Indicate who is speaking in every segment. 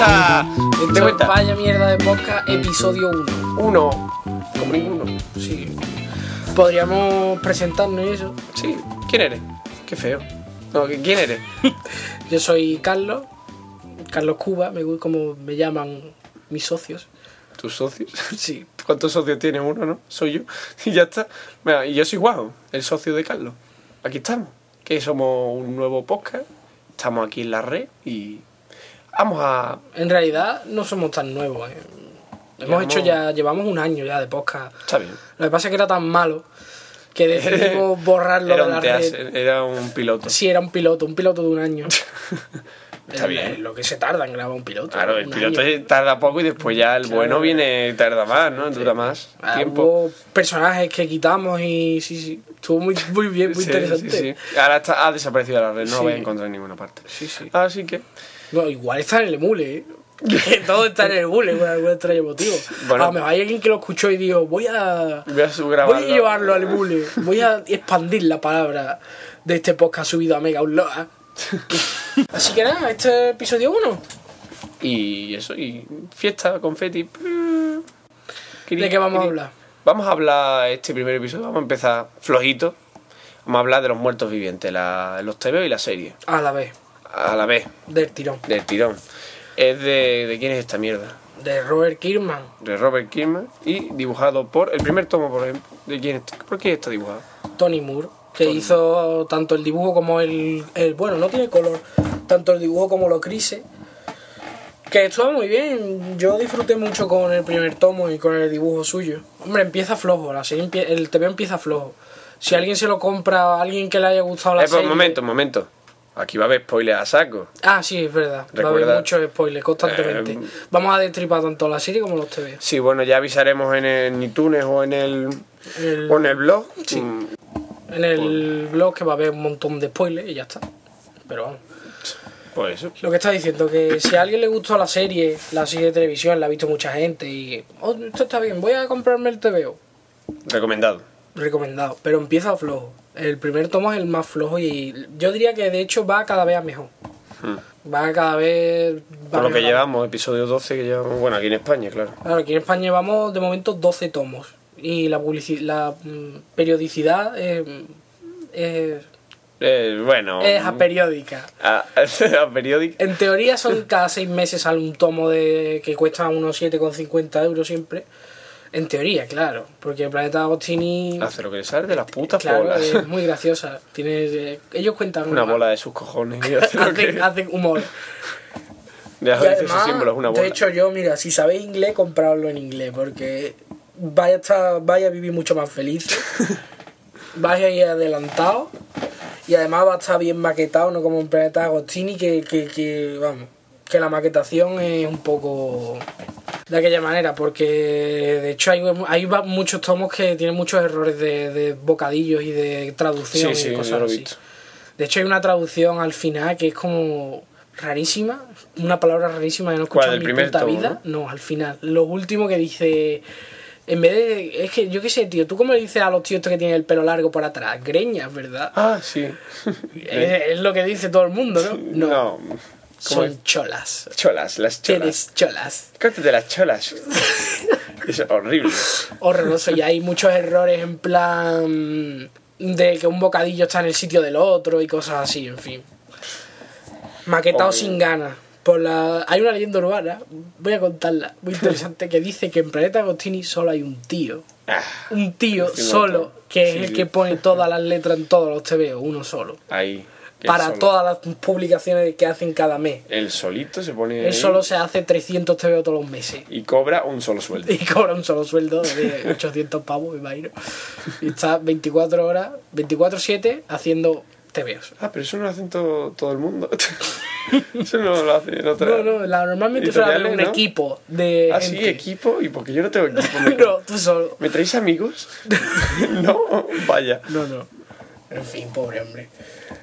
Speaker 1: a.
Speaker 2: De
Speaker 1: Entonces,
Speaker 2: vuelta.
Speaker 1: Este Vaya mierda de podcast, episodio 1.
Speaker 2: Uno. Como ninguno.
Speaker 1: Sí. Podríamos presentarnos y eso.
Speaker 2: Sí. ¿Quién eres? Qué feo. No, ¿qui- ¿quién eres?
Speaker 1: Yo soy Carlos, Carlos Cuba, me, gu- como me llaman mis socios.
Speaker 2: ¿Tus socios?
Speaker 1: Sí.
Speaker 2: ¿Cuántos socios tiene uno, no? Soy yo. Y ya está. Mira, y yo soy Guau, el socio de Carlos. Aquí estamos. Que somos un nuevo podcast. Estamos aquí en la red y. Vamos a.
Speaker 1: En realidad no somos tan nuevos. eh. Hemos
Speaker 2: Llevamos-
Speaker 1: hecho ya, llevamos un año ya de podcast.
Speaker 2: Está bien.
Speaker 1: Lo que pasa es que era tan malo que decidimos borrarlo
Speaker 2: Era
Speaker 1: de la
Speaker 2: un, teas-
Speaker 1: red.
Speaker 2: era un piloto.
Speaker 1: Sí, era un piloto, un piloto de un año.
Speaker 2: Está
Speaker 1: Es
Speaker 2: bien.
Speaker 1: Lo que se tarda en grabar un piloto.
Speaker 2: Claro, el
Speaker 1: un
Speaker 2: piloto
Speaker 1: año.
Speaker 2: tarda poco y después ya el
Speaker 1: Claro.
Speaker 2: bueno viene, tarda más, ¿no? Dura más
Speaker 1: Ah,
Speaker 2: tiempo.
Speaker 1: Hubo personajes que quitamos y sí, sí. Estuvo muy, muy bien, muy
Speaker 2: Sí,
Speaker 1: interesante.
Speaker 2: sí, sí. Ahora está, ha desaparecido la red, no lo
Speaker 1: Sí.
Speaker 2: vais a encontrar en ninguna parte.
Speaker 1: Sí, sí.
Speaker 2: Así que,
Speaker 1: No, igual está en el emule, ¿eh? Que todo está en el emule por algún extraño motivo. Ah,
Speaker 2: Bueno.
Speaker 1: a lo mejor hay alguien que lo escuchó y dijo, voy a.
Speaker 2: voy a subgrabar.
Speaker 1: Voy a llevarlo al emule. Voy a expandir la palabra de este podcast subido a Mega Upload. Así que nada, este es episodio 1.
Speaker 2: Y eso, y fiesta, confeti. Mm.
Speaker 1: ¿De qué vamos a hablar?
Speaker 2: Vamos a hablar este primer episodio, vamos a empezar flojito. Vamos a hablar de los muertos vivientes, la- los TV y la serie,
Speaker 1: A la vez,
Speaker 2: a la vez,
Speaker 1: del tirón.
Speaker 2: del tirón. Es de, de quién es esta mierda.
Speaker 1: De Robert Kirkman.
Speaker 2: de Robert Kirkman y dibujado por el primer tomo por ejemplo de quién está por qué está dibujado
Speaker 1: Tony Moore, que hizo tanto el dibujo como el, el- Bueno, no tiene color, tanto el dibujo como los crisis. Que estuvo muy bien, yo disfruté mucho con el primer tomo y con el dibujo suyo. Hombre, empieza flojo, la serie empie- el TV empieza flojo. Si alguien se lo compra a alguien que le haya gustado la
Speaker 2: Eh, pues,
Speaker 1: serie...
Speaker 2: un momento un momento aquí va a haber spoilers a saco
Speaker 1: Ah, sí, es verdad. Va a
Speaker 2: Recuerda-
Speaker 1: haber muchos spoilers constantemente.
Speaker 2: Eh,
Speaker 1: Vamos a destripar tanto la serie como los TV.
Speaker 2: sí bueno ya avisaremos en, el, en iTunes o en el
Speaker 1: En el,
Speaker 2: o en el blog Mm,
Speaker 1: en el blog que va a haber un montón de spoilers y ya está. Pero vamos.
Speaker 2: pues eso
Speaker 1: Lo que está diciendo, que si a alguien le gustó la serie, la serie de televisión, la ha visto mucha gente y. "Oh, esto está bien, voy a comprarme el TVO.
Speaker 2: recomendado
Speaker 1: Recomendado, pero empieza flojo. El primer tomo es el más flojo y yo diría que de hecho va cada vez a mejor.
Speaker 2: Mm.
Speaker 1: Va cada vez. va
Speaker 2: por lo que
Speaker 1: mejorando.
Speaker 2: llevamos episodio 12 que llevamos bueno aquí en España claro
Speaker 1: Claro, aquí en España llevamos de momento 12 tomos y la, publici- la mm, periodicidad eh, es,
Speaker 2: Eh, bueno
Speaker 1: es aperiódica.
Speaker 2: a, a periódico
Speaker 1: En teoría son cada seis meses sale un tomo de que cuesta unos 7,50 euros siempre. En teoría, claro. Porque el planeta Agostini
Speaker 2: hace lo Ah, que le sale de las putas
Speaker 1: claro,
Speaker 2: bolas
Speaker 1: es muy graciosa. Tiene, eh, ellos cuentan
Speaker 2: una
Speaker 1: humor.
Speaker 2: bola de sus cojones y hace lo que
Speaker 1: Hacen, hacen humor.
Speaker 2: le
Speaker 1: Y
Speaker 2: hace sus
Speaker 1: además,
Speaker 2: símbolos una bola
Speaker 1: de hecho, yo, mira, si sabéis inglés, compradlo en inglés. Porque vaya a, estar- vaya a vivir mucho más feliz. vaya a ir adelantado. Y además va a estar bien maquetado, no como en planeta Agostini, que, que, que, vamos, que la maquetación es un poco de aquella manera, porque de hecho hay, hay va- muchos tomos que tienen muchos errores de, de bocadillos y de traducción
Speaker 2: sí sí
Speaker 1: y
Speaker 2: yo
Speaker 1: cosas
Speaker 2: lo he
Speaker 1: así.
Speaker 2: visto
Speaker 1: De hecho, hay una traducción al final que es como rarísima, una palabra rarísima que no he
Speaker 2: ¿Cuál,
Speaker 1: escuchado en
Speaker 2: del
Speaker 1: mi
Speaker 2: primer
Speaker 1: puta
Speaker 2: tomo,
Speaker 1: vida. ¿no? al final. Lo último que dice. En vez de. Es que yo qué sé, tío. ¿Tú cómo le dices a los tíos estos que tienen el pelo largo por atrás? Greñas, ¿verdad?
Speaker 2: ah sí
Speaker 1: Es, es lo que dice todo el mundo, ¿no? No.
Speaker 2: No. ¿Cómo
Speaker 1: son cholas.
Speaker 2: Cholas, las cholas.
Speaker 1: Tienes cholas.
Speaker 2: Córtate las cholas. es horrible.
Speaker 1: Horroroso. Y hay muchos errores en plan. De que un bocadillo está en el sitio del otro y cosas así, en fin. Maquetado
Speaker 2: Hombre.
Speaker 1: sin ganas. Por la... Hay una leyenda urbana, voy a contarla, muy interesante, que dice que en Planeta Agostini solo hay un tío.
Speaker 2: Ah,
Speaker 1: Un tío
Speaker 2: Encima
Speaker 1: solo,
Speaker 2: otro.
Speaker 1: que es
Speaker 2: Sí,
Speaker 1: el
Speaker 2: sí.
Speaker 1: que pone todas las letras en todos los TVO, uno solo.
Speaker 2: ahí. Que
Speaker 1: Para
Speaker 2: solo-
Speaker 1: todas las publicaciones que hacen cada mes.
Speaker 2: El solito se pone.
Speaker 1: Él
Speaker 2: ahí
Speaker 1: solo se hace 300 TVO todos los meses.
Speaker 2: Y cobra un solo sueldo.
Speaker 1: Y cobra un solo sueldo de 800 pavos, me imagino. Y está 24 horas, 24-7 haciendo TVOs.
Speaker 2: Ah, pero eso no lo hacen todo, todo el mundo. eso no lo hacen en otra.
Speaker 1: No, no, la- normalmente suele haber un
Speaker 2: Editoriales, ¿no?
Speaker 1: equipo de.
Speaker 2: Ah, sí,
Speaker 1: gente.
Speaker 2: equipo. ¿Y porque yo no tengo equipo? ¿Me,
Speaker 1: No, tú solo.
Speaker 2: ¿me traéis amigos? no, vaya.
Speaker 1: No, no. En fin, pobre hombre.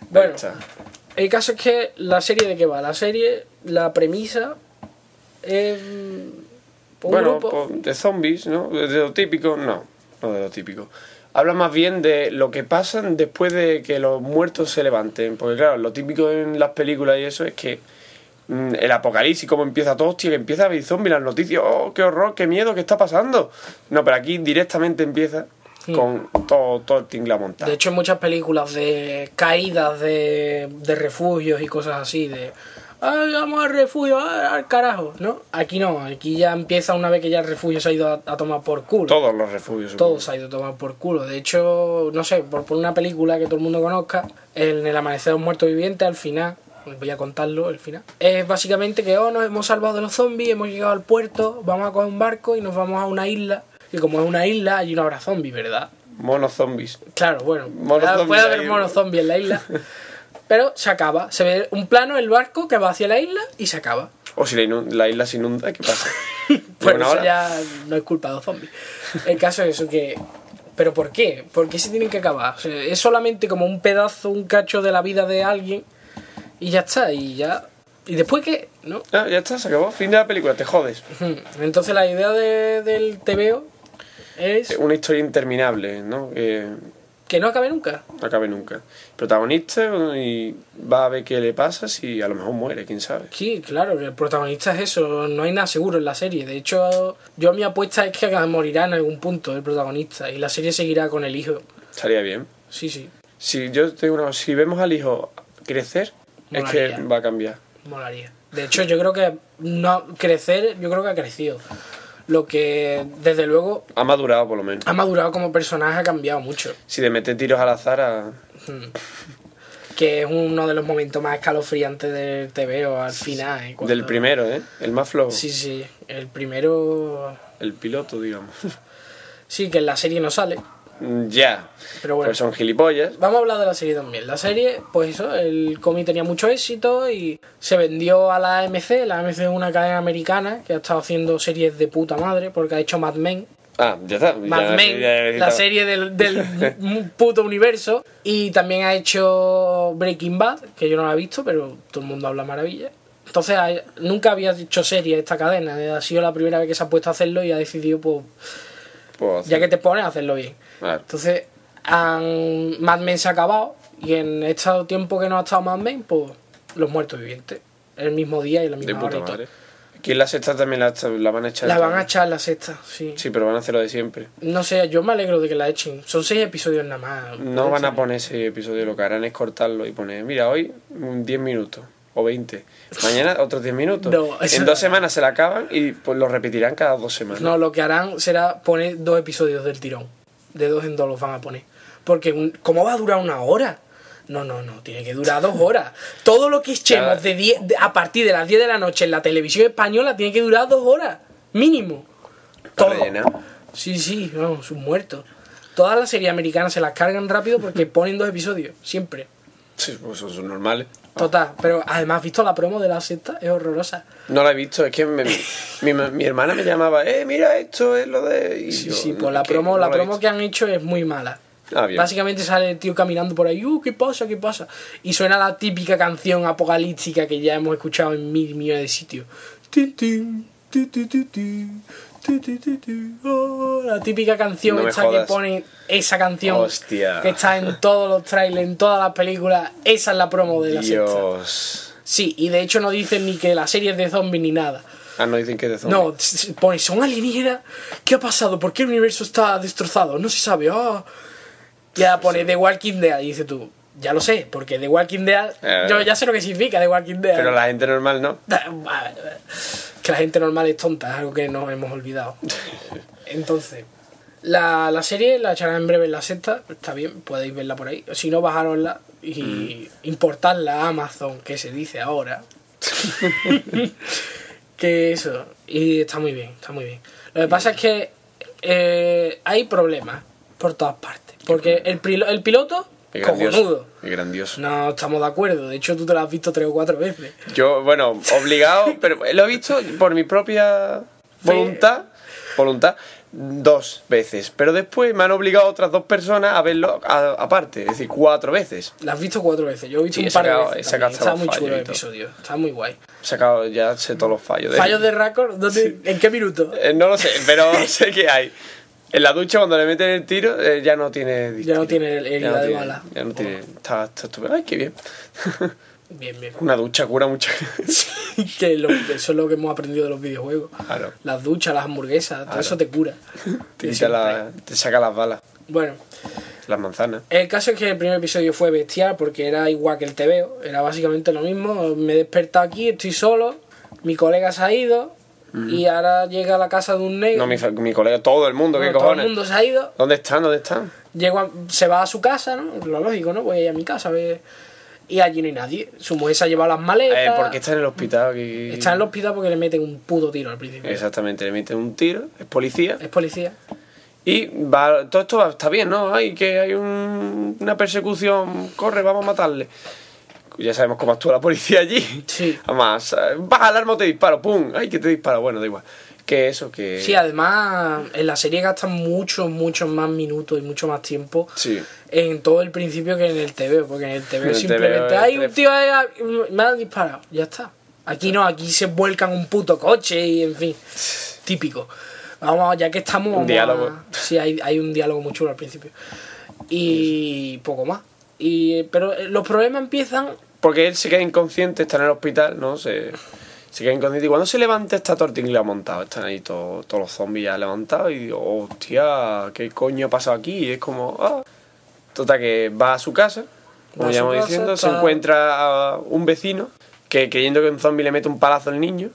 Speaker 1: Bueno,
Speaker 2: Ahí está.
Speaker 1: el caso es que la serie de qué va. La serie, la premisa es. mm, Un
Speaker 2: Bueno,
Speaker 1: grupo.
Speaker 2: po- de zombies, ¿no? De lo típico, no, no de lo típico. Habla más bien de lo que pasan después de que los muertos se levanten. Porque claro, lo típico en las películas y eso es que mm, el apocalipsis, cómo empieza todo, hostia, que empieza a ver zombies, las noticias, oh, qué horror, qué miedo, qué está pasando. No, pero aquí directamente empieza
Speaker 1: Sí.
Speaker 2: con todo, todo el tinglado montado.
Speaker 1: De hecho, en muchas películas de caídas de, de refugios y cosas así, de "Ay, vamos al refugio, ay, al carajo, ¿no? Aquí no, aquí ya empieza una vez que ya el refugio se ha ido a, a tomar por culo.
Speaker 2: Todos los refugios. supongo.
Speaker 1: Todo se ha ido a tomar por culo. De hecho, no sé, por, por una película que todo el mundo conozca, en El Amanecer de un Muerto Viviente, al final, os voy a contarlo, el final, es básicamente que, oh, nos hemos salvado de los zombies, hemos llegado al puerto, vamos a coger un barco y nos vamos a una isla. Y como es una isla, allí no habrá zombies, ¿verdad?
Speaker 2: Monos zombies.
Speaker 1: Claro, bueno,
Speaker 2: Mono
Speaker 1: puede-
Speaker 2: zombie
Speaker 1: puede
Speaker 2: ahí,
Speaker 1: haber
Speaker 2: ¿no?
Speaker 1: mono zombie en la isla. Pero se acaba. Se ve un plano, el barco que va hacia la isla y se acaba.
Speaker 2: O si la, inu- la isla se inunda, ¿qué pasa?
Speaker 1: Por
Speaker 2: Bueno,
Speaker 1: eso
Speaker 2: ahora-
Speaker 1: Pues ya no es culpa de los zombies. El caso es eso que... ¿Pero por qué? ¿Por qué se tienen que acabar? O sea, es solamente como un pedazo, un cacho de la vida de alguien y ya está, y ya... ¿Y después qué? ¿No?
Speaker 2: Ah, ya está, se acabó. Fin de la película, te jodes.
Speaker 1: Ujú. Entonces la idea de- del TVO es
Speaker 2: Una historia interminable, ¿no? Que
Speaker 1: que no acabe nunca.
Speaker 2: no acabe nunca. Protagonista y va a ver qué le pasa si a lo mejor muere, quién sabe.
Speaker 1: Sí, claro, que el protagonista es eso, no hay nada seguro en la serie. De hecho, yo mi apuesta es que morirá en algún punto el protagonista y la serie seguirá con el hijo.
Speaker 2: Estaría bien.
Speaker 1: Sí, sí,
Speaker 2: Si yo tengo una, si vemos al hijo crecer, es que
Speaker 1: Molaría.
Speaker 2: va a cambiar.
Speaker 1: molaría. De hecho, yo creo que no crecer, yo creo que ha crecido. Lo que desde luego
Speaker 2: Ha madurado por lo menos.
Speaker 1: ha madurado como personaje, ha cambiado mucho.
Speaker 2: Si le mete tiros al azar a-
Speaker 1: Que es uno de los momentos más escalofriantes del TVO al final. ¿eh? Cuando-
Speaker 2: del primero, ¿eh? El más flojo.
Speaker 1: Sí, sí, el primero...
Speaker 2: El piloto, digamos.
Speaker 1: Sí, que en la serie no sale,
Speaker 2: Mm, ya.
Speaker 1: pero bueno.
Speaker 2: Pues son gilipollas.
Speaker 1: Vamos a hablar de la serie también. La serie, pues eso, el cómic tenía mucho éxito y se vendió a la AMC. La AMC es una cadena americana que ha estado haciendo series de puta madre porque ha hecho Mad Men.
Speaker 2: Ah, ya está. ya-
Speaker 1: Mad Men,
Speaker 2: ya- ya- ya-
Speaker 1: la serie del, del puto universo. Y también ha hecho Breaking Bad, que yo no la he visto, pero todo el mundo habla maravilla. Entonces, ha- nunca había hecho serie esta cadena. Ha sido la primera vez que se ha puesto a hacerlo y ha decidido, pues,
Speaker 2: Pues,
Speaker 1: ya que te pones, a hacerlo bien.
Speaker 2: Claro.
Speaker 1: Entonces, han, Mad Men se ha acabado y en este tiempo que no ha estado Mad Men, pues los muertos vivientes. El mismo día y la
Speaker 2: De
Speaker 1: misma hora
Speaker 2: puta
Speaker 1: y todo.
Speaker 2: madre. Aquí en la sexta también la, la van a echar.
Speaker 1: La van a echar la sexta, sí.
Speaker 2: Sí, pero van a hacer lo de siempre.
Speaker 1: No sé, yo me alegro de que la echen. Son seis episodios nada más.
Speaker 2: No van a poner ese episodio, lo que harán es cortarlo y poner, mira, hoy mm, 10 minutos o 20. Mañana otros 10 minutos.
Speaker 1: No, eso
Speaker 2: en
Speaker 1: no.
Speaker 2: dos semanas se la acaban y pues lo repetirán cada dos semanas.
Speaker 1: No, lo que harán será poner dos episodios del tirón. De dos en dos los van a poner. Porque, un- ¿cómo va a durar una hora? No, no, no, tiene que durar dos horas. Todo lo que
Speaker 2: Cada-
Speaker 1: echemos de die- de- a partir de las 10 de la noche en la televisión española tiene que durar dos horas, mínimo.
Speaker 2: Para
Speaker 1: Todo.
Speaker 2: rellenar.
Speaker 1: Sí, sí, vamos, un muerto. Todas las series americanas se las cargan rápido porque ponen dos episodios, siempre.
Speaker 2: Sí, pues eso son normales.
Speaker 1: Total, pero además, visto la promo de la sexta, es horrorosa.
Speaker 2: No la he visto, es que me- mi, mi hermana me llamaba, eh, mira, esto es lo de... y
Speaker 1: Sí,
Speaker 2: yo,
Speaker 1: sí,
Speaker 2: no,
Speaker 1: pues la
Speaker 2: que
Speaker 1: promo,
Speaker 2: no
Speaker 1: la
Speaker 2: he
Speaker 1: promo
Speaker 2: visto.
Speaker 1: que han hecho es muy mala.
Speaker 2: Ah, bien.
Speaker 1: Básicamente sale el tío caminando por ahí, uh, ¿qué pasa? ¿Qué pasa? Y suena la típica canción apocalíptica que ya hemos escuchado en mil millones de sitios. Tin, tin, ti, ti, ti, ti, ti, ti, ti, ti, oh, La típica canción
Speaker 2: No me
Speaker 1: esta que
Speaker 2: jodas.
Speaker 1: pone esa canción
Speaker 2: Hostia.
Speaker 1: que está en todos los trailers, en todas las películas. Esa es la promo de la sexta.
Speaker 2: Dios.
Speaker 1: Sí, y de hecho no dicen ni que la serie es de zombies ni nada.
Speaker 2: Ah, no dicen que es de zombies.
Speaker 1: No, s- s- pone, ¿son alienígenas? ¿Qué ha pasado? ¿Por qué el universo está destrozado? No se sabe. ah. Y ahora pone The Walking Dead y dice tú, ya lo sé, porque The Walking Dead,
Speaker 2: Eh.
Speaker 1: yo ya sé lo que significa The Walking Dead.
Speaker 2: Pero la gente normal no.
Speaker 1: Que la gente normal es tonta, es algo que nos hemos olvidado. Entonces, la, la serie la echarán en breve en la sexta, está bien, podéis verla por ahí. Si no, bajarosla y importarla a Amazon, que se dice ahora. que eso, y está muy bien, está muy bien. Lo que pasa es que eh, hay problemas por todas partes, porque el, pilo- el piloto,
Speaker 2: Es grandioso.
Speaker 1: cojonudo.
Speaker 2: Es grandioso.
Speaker 1: No estamos de acuerdo, de hecho tú te lo has visto tres o cuatro veces.
Speaker 2: Yo, bueno, obligado, pero lo he visto por mi propia voluntad, voluntad, dos veces. Pero después me han obligado otras dos personas a verlo a- aparte, es decir, cuatro veces.
Speaker 1: La has visto cuatro veces, yo he visto
Speaker 2: Sí, he
Speaker 1: un par
Speaker 2: sacado-
Speaker 1: de veces.
Speaker 2: he sacado
Speaker 1: también. Está
Speaker 2: hasta
Speaker 1: muy
Speaker 2: los
Speaker 1: chulo el
Speaker 2: fallos y todo.
Speaker 1: episodio, está muy guay.
Speaker 2: He sacado, ya sé todos los fallos. de-
Speaker 1: ¿Fallos de récord? ¿Dónde- ¿En qué minuto?
Speaker 2: Eh, no lo sé, pero sé que hay. En la ducha cuando le meten el tiro eh, ya no tiene
Speaker 1: Ya no tiene
Speaker 2: el
Speaker 1: herida de bala.
Speaker 2: Ya no tiene. Está, está estupendo. Ay, qué bien.
Speaker 1: Bien, bien.
Speaker 2: Una ducha cura mucha.
Speaker 1: que lo- eso es lo que hemos aprendido de los videojuegos.
Speaker 2: claro.
Speaker 1: Las duchas, las hamburguesas, todo
Speaker 2: Claro.
Speaker 1: eso te cura.
Speaker 2: Te,
Speaker 1: De
Speaker 2: quita la- te saca las balas,
Speaker 1: Bueno,
Speaker 2: las manzanas.
Speaker 1: el caso es que el primer episodio fue bestial porque era igual que el TVO. Era básicamente lo mismo. Me he despertado aquí, estoy solo, mi colega se ha ido y ahora llega a la casa de un negro.
Speaker 2: No, mi, fa- mi colega, todo el mundo, ¿qué
Speaker 1: Bueno, todo
Speaker 2: cojones?
Speaker 1: el mundo se ha ido.
Speaker 2: ¿Dónde están? ¿Dónde están?
Speaker 1: Llego a- se va a su casa, ¿no? Lo lógico, ¿no? Voy a ir a mi casa a ver. Y allí no hay nadie. Su mujer se ha llevado las
Speaker 2: Eh,
Speaker 1: maletas.
Speaker 2: porque está en el hospital. que-
Speaker 1: Está en el hospital porque le meten un puto tiro al principio.
Speaker 2: Exactamente, le meten un tiro, es policía.
Speaker 1: Es policía.
Speaker 2: Y va, todo esto va- está bien, ¿no? Hay que hay un- una persecución, corre, vamos a matarle. Ya sabemos cómo actúa la policía allí.
Speaker 1: Sí.
Speaker 2: Además, eh, baja el arma, te disparo, ¡pum! ¡Ay, que te disparo! Bueno, da igual. Que eso, que.
Speaker 1: Sí, además en la serie gastan muchos, muchos más minutos y mucho más tiempo
Speaker 2: Sí.
Speaker 1: en todo el principio que en el TV, porque en el
Speaker 2: En
Speaker 1: TV
Speaker 2: el
Speaker 1: simplemente
Speaker 2: TVO,
Speaker 1: hay
Speaker 2: el
Speaker 1: un tío ahí, ah, me han disparado, ya está. Aquí no, aquí se vuelcan un puto coche y en fin, típico. Vamos, ya que estamos... vamos a-
Speaker 2: diálogo.
Speaker 1: sí, hay, hay un diálogo muy chulo al principio. Y poco más. Y, pero eh, los problemas empiezan...
Speaker 2: Porque él se queda inconsciente, está en el hospital, ¿no? Se, se queda inconsciente. Y cuando se levanta, está todo el tinglado montado. Están ahí todo- todos los zombies ya levantados. Y digo, hostia, ¿qué coño ha pasado aquí? Y es como, ah. Total, que va a su casa,
Speaker 1: Va
Speaker 2: como
Speaker 1: a
Speaker 2: ya
Speaker 1: su
Speaker 2: hemos
Speaker 1: casa,
Speaker 2: diciendo. Se
Speaker 1: está-
Speaker 2: encuentra a un vecino que creyendo que un zombie le mete un palazo al niño.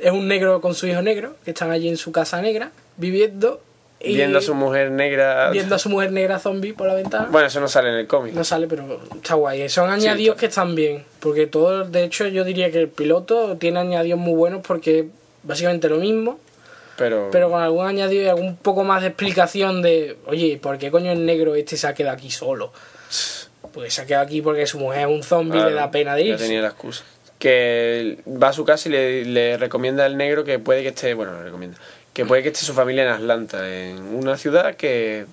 Speaker 1: Es un negro con su hijo negro, que están allí en su casa negra, viviendo... y-
Speaker 2: Viendo a su mujer negra.
Speaker 1: viendo a su mujer negra zombie por la ventana.
Speaker 2: Bueno, eso no sale en el cómic.
Speaker 1: No sale, pero está guay. Son añadidos
Speaker 2: está.
Speaker 1: que están bien. Porque todo, de hecho, yo diría que el piloto tiene añadidos muy buenos porque es básicamente lo mismo,
Speaker 2: Pero,
Speaker 1: pero con algún añadido y algún poco más de explicación de, oye, ¿por qué coño el negro este se ha quedado aquí solo? Porque se ha quedado aquí porque su mujer es un zombie y
Speaker 2: Claro,
Speaker 1: le da pena de
Speaker 2: ya
Speaker 1: irse.
Speaker 2: tenía la excusa. Que va a su casa y le, le recomienda al negro que puede que esté, bueno, le recomienda, que puede que esté su familia en Atlanta, en una ciudad que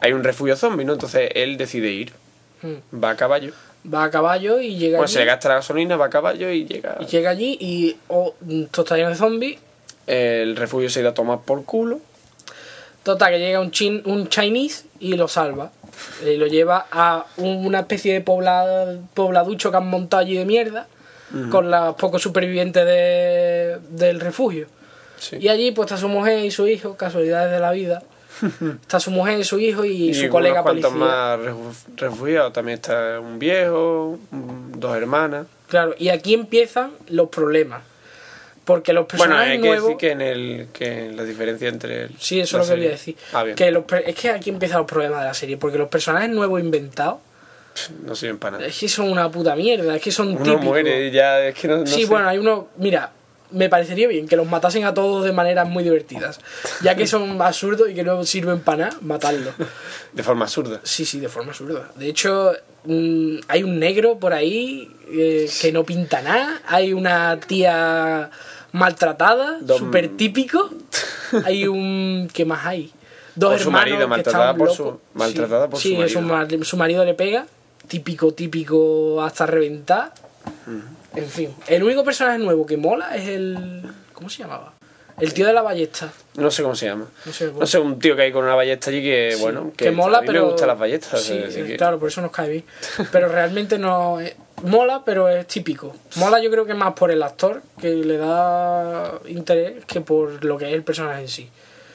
Speaker 2: hay un refugio zombie, ¿no? Entonces él decide ir,
Speaker 1: Mm.
Speaker 2: va a caballo.
Speaker 1: Va a caballo y
Speaker 2: Bueno,
Speaker 1: llega allí.
Speaker 2: Pues se le gasta la gasolina, va a caballo y llega.
Speaker 1: y llega allí y oh, mm, todo está lleno de zombies.
Speaker 2: El refugio se irá a tomar por culo.
Speaker 1: Total, que llega un, chin, un Chinese y lo salva. Y lo lleva a un- una especie de poblado, pobladucho que han montado allí de mierda. Con los pocos supervivientes de- del refugio.
Speaker 2: Sí.
Speaker 1: Y allí pues está su mujer y su hijo, casualidades de la vida. Está su mujer y su hijo y,
Speaker 2: Y
Speaker 1: su
Speaker 2: unos
Speaker 1: colega policía.
Speaker 2: cuantos más refu- refugiados. También está un viejo, un- dos hermanas.
Speaker 1: Claro, y aquí empiezan los problemas. Porque los
Speaker 2: Bueno,
Speaker 1: personajes
Speaker 2: hay que
Speaker 1: nuevos...
Speaker 2: decir que en el que la diferencia entre el-
Speaker 1: Sí, eso
Speaker 2: la
Speaker 1: es lo
Speaker 2: serie.
Speaker 1: que quería decir.
Speaker 2: Ah, bien.
Speaker 1: Que los per- Es que aquí empiezan los problemas de la serie. Porque los personajes nuevos inventados
Speaker 2: No sirven para nada.
Speaker 1: Es que son una puta mierda, es que son
Speaker 2: Uno
Speaker 1: típicos.
Speaker 2: muere ya, es que no, no
Speaker 1: sí,
Speaker 2: sé.
Speaker 1: bueno, hay uno. Mira, me parecería bien que los matasen a todos de maneras muy divertidas. Ya que son absurdos y que no sirven para nada, matarlos.
Speaker 2: De forma absurda.
Speaker 1: Sí, sí, de forma absurda. De hecho, mm, hay un negro por ahí eh, que no pinta nada. Hay una tía maltratada,
Speaker 2: Dos-
Speaker 1: súper típico. Hay un. ¿Qué más hay? Dos
Speaker 2: Por su
Speaker 1: hermanos
Speaker 2: marido,
Speaker 1: que
Speaker 2: maltratada
Speaker 1: están
Speaker 2: por su-
Speaker 1: locos.
Speaker 2: maltratada
Speaker 1: sí,
Speaker 2: por su
Speaker 1: sí,
Speaker 2: marido.
Speaker 1: mar- su marido le pega. Típico, típico, hasta reventar. En fin, el único personaje nuevo que mola es el. ¿Cómo se llamaba? El tío de la ballesta.
Speaker 2: No sé cómo se llama.
Speaker 1: No sé,
Speaker 2: No sé, un tío que hay con una ballesta allí que,
Speaker 1: Sí,
Speaker 2: bueno,
Speaker 1: que mola,
Speaker 2: a mí
Speaker 1: pero.
Speaker 2: me gustan las ballestas.
Speaker 1: Sí,
Speaker 2: o sea, así que-
Speaker 1: claro, por eso nos cae bien. Pero realmente no. es- Mola, pero es típico. Mola, yo creo que más por el actor, que le da interés, que por lo que es el personaje en sí.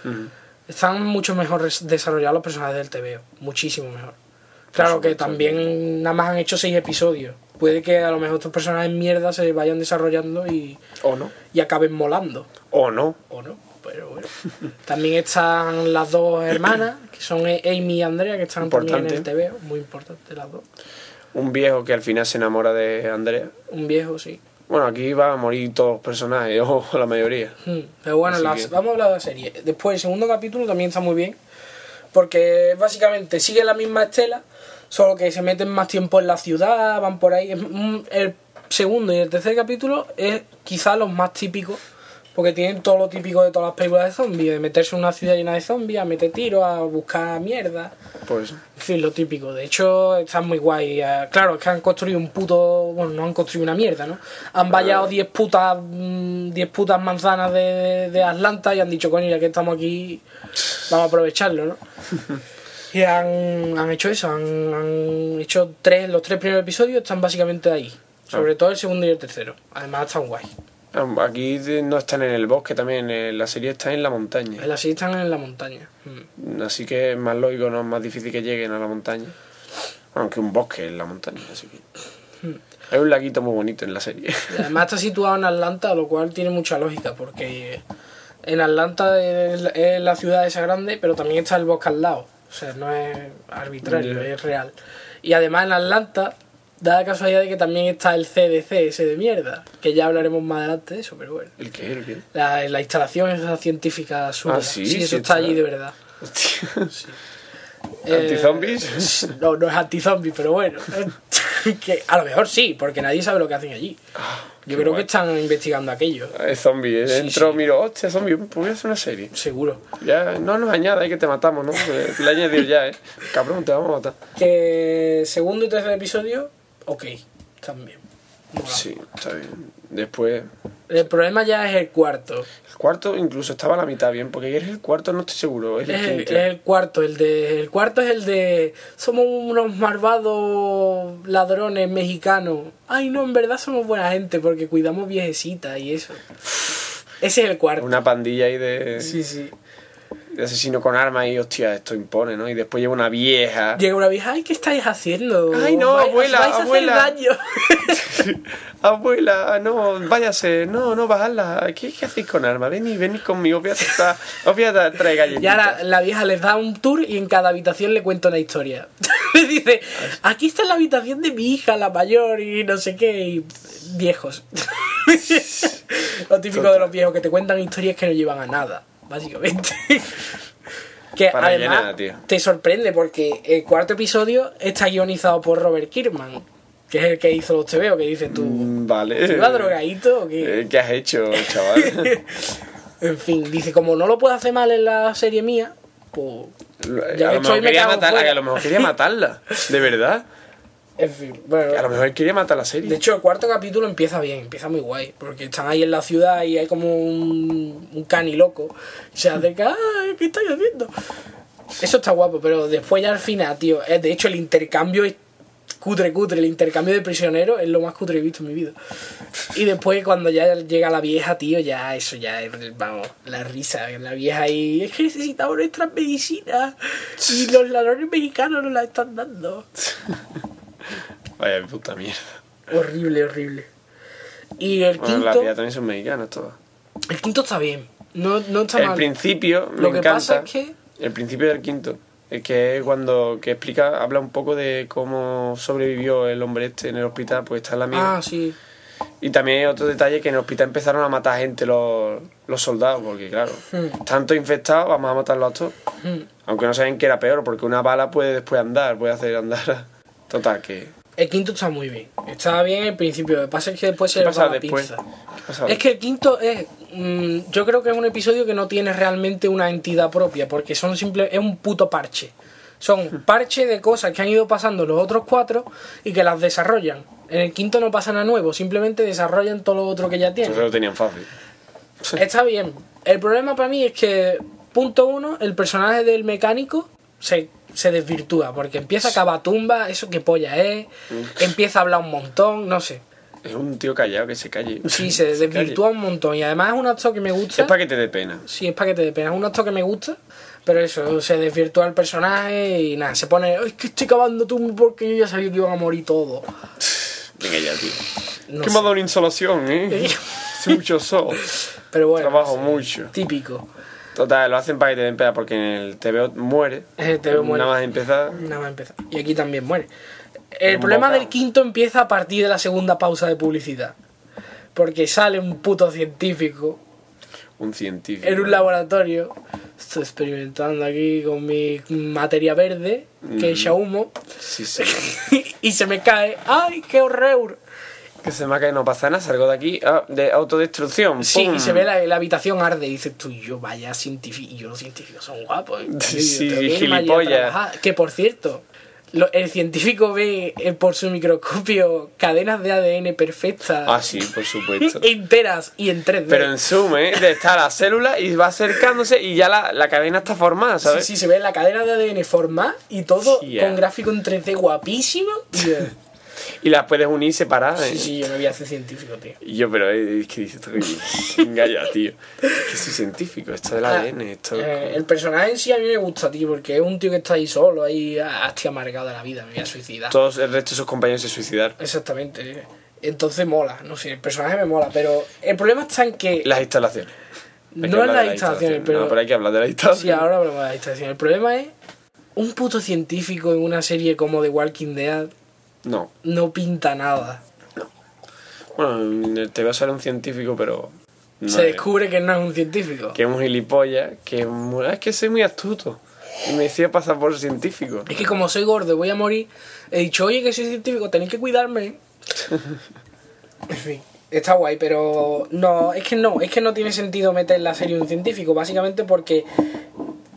Speaker 2: Ujú.
Speaker 1: Están mucho mejor res- desarrollados los personajes del TVO. Muchísimo mejor. Claro que
Speaker 2: supuesto,
Speaker 1: también nada más han hecho seis episodios. Puede que a lo mejor estos personajes mierda se vayan desarrollando y,
Speaker 2: O no.
Speaker 1: y acaben molando.
Speaker 2: O no.
Speaker 1: O no, pero bueno. También están las dos hermanas, que son E- Amy y Andrea, que están
Speaker 2: Importante.
Speaker 1: también en el TVO, muy importante las dos.
Speaker 2: Un viejo que al final se enamora de Andrea.
Speaker 1: Un viejo, sí.
Speaker 2: Bueno, aquí va a morir todos los personajes, o la mayoría.
Speaker 1: Mm, Pero bueno,
Speaker 2: Así
Speaker 1: la-
Speaker 2: que-
Speaker 1: vamos a hablar de la serie. Después, el segundo capítulo también está muy bien, porque básicamente sigue la misma estela, solo que se meten más tiempo en la ciudad, van por ahí. Es un- El segundo y el tercer capítulo es quizá los más típicos, porque tienen todo lo típico de todas las películas de zombies, de meterse en una ciudad llena de zombies, a meter tiros, a buscar mierda.
Speaker 2: Por eso.
Speaker 1: En fin, lo típico. De hecho, está muy guay. Eh, Claro, es que han construido un puto. Bueno, no han construido una mierda, ¿no? Han vallado 10 putas, mm, 10 putas manzanas de, de Atlanta y han dicho, coño, ya que estamos aquí, vamos a aprovecharlo, ¿no? que han, han hecho eso, han, han hecho tres, los tres primeros episodios están básicamente ahí. Sobre todo el segundo y el tercero. Además están guay.
Speaker 2: Aquí no están en el bosque también, eh, la serie está en la montaña.
Speaker 1: En la serie están en la montaña. Mm.
Speaker 2: Así que es más lógico, no es más difícil que lleguen a la montaña. Aunque un bosque en la montaña, así que.
Speaker 1: Hmm.
Speaker 2: Hay un laguito muy bonito en la serie.
Speaker 1: Y además está situado en Atlanta, lo cual tiene mucha lógica, porque en Atlanta es la- es la ciudad esa grande, pero también está el bosque al lado. O sea, no es arbitrario,
Speaker 2: Ya.
Speaker 1: es real. Y además en Atlanta da la casualidad de que también está el CDC ese de mierda, que ya hablaremos más adelante de eso, pero bueno.
Speaker 2: ¿El qué? ¿El qué?
Speaker 1: La, la instalación esa científica sur.
Speaker 2: Ah, sí, sí
Speaker 1: eso
Speaker 2: está.
Speaker 1: está allí de verdad.
Speaker 2: Hostia.
Speaker 1: Eh,
Speaker 2: ¿Antizombies?
Speaker 1: No, no es anti-zombie, pero bueno. que a lo mejor sí, porque nadie sabe lo que hacen allí. Yo
Speaker 2: Ah, qué
Speaker 1: creo que
Speaker 2: guay.
Speaker 1: están investigando aquello,
Speaker 2: Es zombie, eh.
Speaker 1: Sí,
Speaker 2: entro,
Speaker 1: sí.
Speaker 2: miro, hostia, zombie, pues voy a hacer una serie.
Speaker 1: seguro.
Speaker 2: Ya, no nos añada, eh, que te matamos, ¿no? Eh, Le he añadido ya, ¿eh? Cabrón, te vamos a matar.
Speaker 1: Que segundo y tercer episodio, ok, también. Mola.
Speaker 2: Sí, está bien. Después,
Speaker 1: El problema ya es el cuarto.
Speaker 2: el cuarto incluso estaba a la mitad bien, porque es el cuarto, no estoy seguro. Es
Speaker 1: Es
Speaker 2: el
Speaker 1: el,
Speaker 2: quinto.
Speaker 1: es el cuarto, el de el cuarto es el de somos unos malvados ladrones mexicanos. Ay, no, en verdad somos buena gente porque cuidamos viejecitas y eso. Ese es el cuarto.
Speaker 2: Una pandilla ahí de,
Speaker 1: Sí, sí.
Speaker 2: de asesino con armas y hostia, esto impone, ¿no? Y después llega una vieja.
Speaker 1: Llega una vieja, ay, ¿qué estáis haciendo?
Speaker 2: Ay, no,
Speaker 1: Vais-
Speaker 2: abuela,
Speaker 1: vais a hacer
Speaker 2: abuela.
Speaker 1: daño".
Speaker 2: Abuela, no, váyase, no, no, bajadla. ¿Qué, qué hacéis con armas? Venid, venid conmigo, os voy a, tratar- os voy a dar tres
Speaker 1: Y
Speaker 2: galletitas.
Speaker 1: ahora la vieja les da un tour y en cada habitación le cuenta una historia. Les dice, aquí está la habitación de mi hija, la mayor, y no sé qué, y viejos. Lo típico de los viejos, que te cuentan historias que no llevan a nada, básicamente. Que
Speaker 2: Para
Speaker 1: además
Speaker 2: llenar, tío.
Speaker 1: te sorprende porque el cuarto episodio está guionizado por Robert Kirkman, que es el que hizo los TVO, que dices tú,
Speaker 2: Mm, Vale.
Speaker 1: ¿te iba drogadito o qué?
Speaker 2: Eh, ¿Qué has hecho, chaval?
Speaker 1: En fin, dice, como no lo puedo hacer mal en la serie mía, pues...
Speaker 2: a
Speaker 1: Ya que
Speaker 2: lo
Speaker 1: estoy,
Speaker 2: mejor
Speaker 1: me
Speaker 2: quería
Speaker 1: cago
Speaker 2: matarla,
Speaker 1: fuera.
Speaker 2: a lo mejor quería matarla, de verdad.
Speaker 1: En fin,
Speaker 2: A
Speaker 1: bueno...
Speaker 2: lo mejor quería matar la serie.
Speaker 1: De hecho, el cuarto capítulo empieza bien, empieza muy guay, porque están ahí en la ciudad y hay como un, un cani loco. y Se acerca, ¡ah! ¿Qué estáis haciendo? Eso está guapo, pero después ya al final, tío. eh, De hecho, el intercambio es cutre, cutre. El intercambio de prisioneros es lo más cutre que he visto en mi vida. Y después, cuando ya llega la vieja, tío, ya eso ya es, vamos, la risa. La vieja ahí, es que necesitamos nuestras medicinas y los ladrones mexicanos nos las están dando.
Speaker 2: Vaya puta mierda.
Speaker 1: Horrible, horrible. Y el
Speaker 2: Bueno, las
Speaker 1: quinto.
Speaker 2: tías también son mexicanas todas.
Speaker 1: El quinto está bien. No, no está
Speaker 2: El
Speaker 1: mal.
Speaker 2: principio me
Speaker 1: Lo que
Speaker 2: encanta.
Speaker 1: pasa es que-
Speaker 2: El principio del quinto. Es que es cuando que explica, habla un poco de cómo sobrevivió el hombre este en el hospital, pues está la amiga.
Speaker 1: Ah, sí.
Speaker 2: Y también hay otro detalle que en el hospital empezaron a matar gente los, los soldados, porque claro,
Speaker 1: Hmm.
Speaker 2: tanto infectados, vamos a matarlos a todos.
Speaker 1: Hmm.
Speaker 2: Aunque no saben que era peor, porque una bala puede después andar, puede hacer andar. Total, que.
Speaker 1: El quinto está muy bien. Está bien el principio. Lo que pasa es que después se
Speaker 2: ¿Qué
Speaker 1: le
Speaker 2: pasa
Speaker 1: va la
Speaker 2: después?
Speaker 1: pinza.
Speaker 2: ¿Qué pasa
Speaker 1: Es que el quinto es. mm, yo creo que es un episodio que no tiene realmente una entidad propia, porque son simple, es un puto parche.
Speaker 2: Hmm.
Speaker 1: Son parche de cosas que han ido pasando los otros cuatro y que las desarrollan. En el quinto no pasan a nuevo, simplemente desarrollan todo lo otro que ya tienen.
Speaker 2: Entonces lo tenían fácil.
Speaker 1: Está bien. El problema para mí es que, punto uno, el personaje del mecánico se, se desvirtúa, porque empieza a cabatumba, eso que polla es, empieza a hablar un montón, no sé.
Speaker 2: Es un tío callado que se calle.
Speaker 1: Sí, se
Speaker 2: calle.
Speaker 1: desvirtúa un montón. Y además es un acto que me gusta.
Speaker 2: Es para que te dé pena.
Speaker 1: Sí, es para que te dé pena. Es un acto que me gusta, pero eso, se desvirtúa el personaje y nada, se pone, "Ay, es que estoy cavando tumba porque yo ya sabía que iban a morir todos.
Speaker 2: Venga ya, tío.
Speaker 1: No
Speaker 2: que
Speaker 1: sé.
Speaker 2: me ha dado una insolación, ¿eh? Hace mucho sol.
Speaker 1: Pero bueno,
Speaker 2: Trabajo
Speaker 1: sí,
Speaker 2: mucho.
Speaker 1: típico.
Speaker 2: Total, lo hacen para que te den pena porque en el TVO muere.
Speaker 1: En el TVO muere.
Speaker 2: Nada más empezar.
Speaker 1: Nada más empezar. Y aquí también muere. El
Speaker 2: Un
Speaker 1: problema
Speaker 2: bocado.
Speaker 1: del quinto empieza a partir de la segunda pausa de publicidad. Porque sale un puto científico
Speaker 2: Un científico.
Speaker 1: en un laboratorio. Estoy experimentando aquí con mi materia verde, que echa humo.
Speaker 2: Sí, sí.
Speaker 1: y se me cae. ¡Ay, qué horror!
Speaker 2: que se me ha caído, no pasa nada, salgo de aquí. ah, de autodestrucción.
Speaker 1: Sí,
Speaker 2: ¡pum!
Speaker 1: y se ve la, la habitación arde. Y dices tú, yo vaya científico. Y yo los científicos son guapos. ¿eh?
Speaker 2: Sí,
Speaker 1: Yo tengo que irme allí a
Speaker 2: gilipollas.
Speaker 1: trabajar. Que por cierto, lo- el científico ve eh, por su microscopio cadenas de ADN perfectas,
Speaker 2: Ah, sí, por supuesto.
Speaker 1: enteras y en 3D.
Speaker 2: Pero en zoom, ¿eh? De estar la célula y va acercándose y ya la, la cadena está formada,
Speaker 1: Sí,
Speaker 2: ¿sabes?
Speaker 1: sí, se ve la cadena de ADN formada y todo
Speaker 2: Yeah.
Speaker 1: con gráfico en 3D guapísimo. Y yo,
Speaker 2: Y las puedes unir separadas. ¿eh?
Speaker 1: sí, sí, yo me voy a hacer científico, tío.
Speaker 2: Y yo, pero eh, es que dices esto que engaña, tío. Es que soy científico, esto del
Speaker 1: Ah,
Speaker 2: ADN, esto.
Speaker 1: Eh, el personaje en sí a mí me gusta, tío, porque es un tío que está ahí solo, ahí ah, hostia amargado de la vida, me voy a suicidar.
Speaker 2: Todos el resto de sus compañeros se suicidaron.
Speaker 1: Exactamente. Entonces mola, no sé, el personaje me mola, pero el problema está en que
Speaker 2: Las instalaciones. Hay que
Speaker 1: no
Speaker 2: hablar
Speaker 1: es
Speaker 2: de
Speaker 1: las instalaciones, pero,
Speaker 2: No, pero hay que hablar de las instalaciones.
Speaker 1: sí, ahora hablamos de las instalaciones. El problema es un puto científico en una serie como The Walking Dead
Speaker 2: No.
Speaker 1: no pinta nada.
Speaker 2: Bueno, te va a salir un científico, pero. no
Speaker 1: Se
Speaker 2: es.
Speaker 1: descubre que no es un científico.
Speaker 2: Que es un gilipollas, que es, muy- es que soy muy astuto. Y me decía pasar por científico.
Speaker 1: Es que como soy gordo y voy a morir, he dicho, oye, que soy científico, tenéis que cuidarme. en fin, está guay, pero no, es que no, es que no tiene sentido meter en la serie un científico, básicamente porque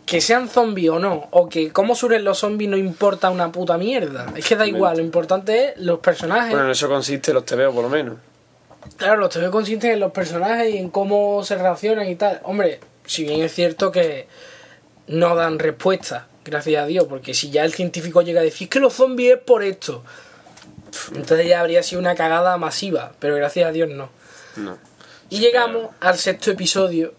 Speaker 1: que sean zombies o no, o que cómo surgen los zombies no importa una puta mierda. Es que da igual, lo importante es los personajes.
Speaker 2: Bueno, en eso consiste los TVO, por lo menos.
Speaker 1: Claro, los TV consisten en los personajes y en cómo se relacionan y tal. Hombre, si bien es cierto que no dan respuesta, gracias a Dios, porque si ya el científico llega a decir "Es que los zombies es por esto, pf, entonces ya habría sido una cagada masiva, pero gracias a Dios no.
Speaker 2: No.
Speaker 1: Y llegamos al sexto episodio,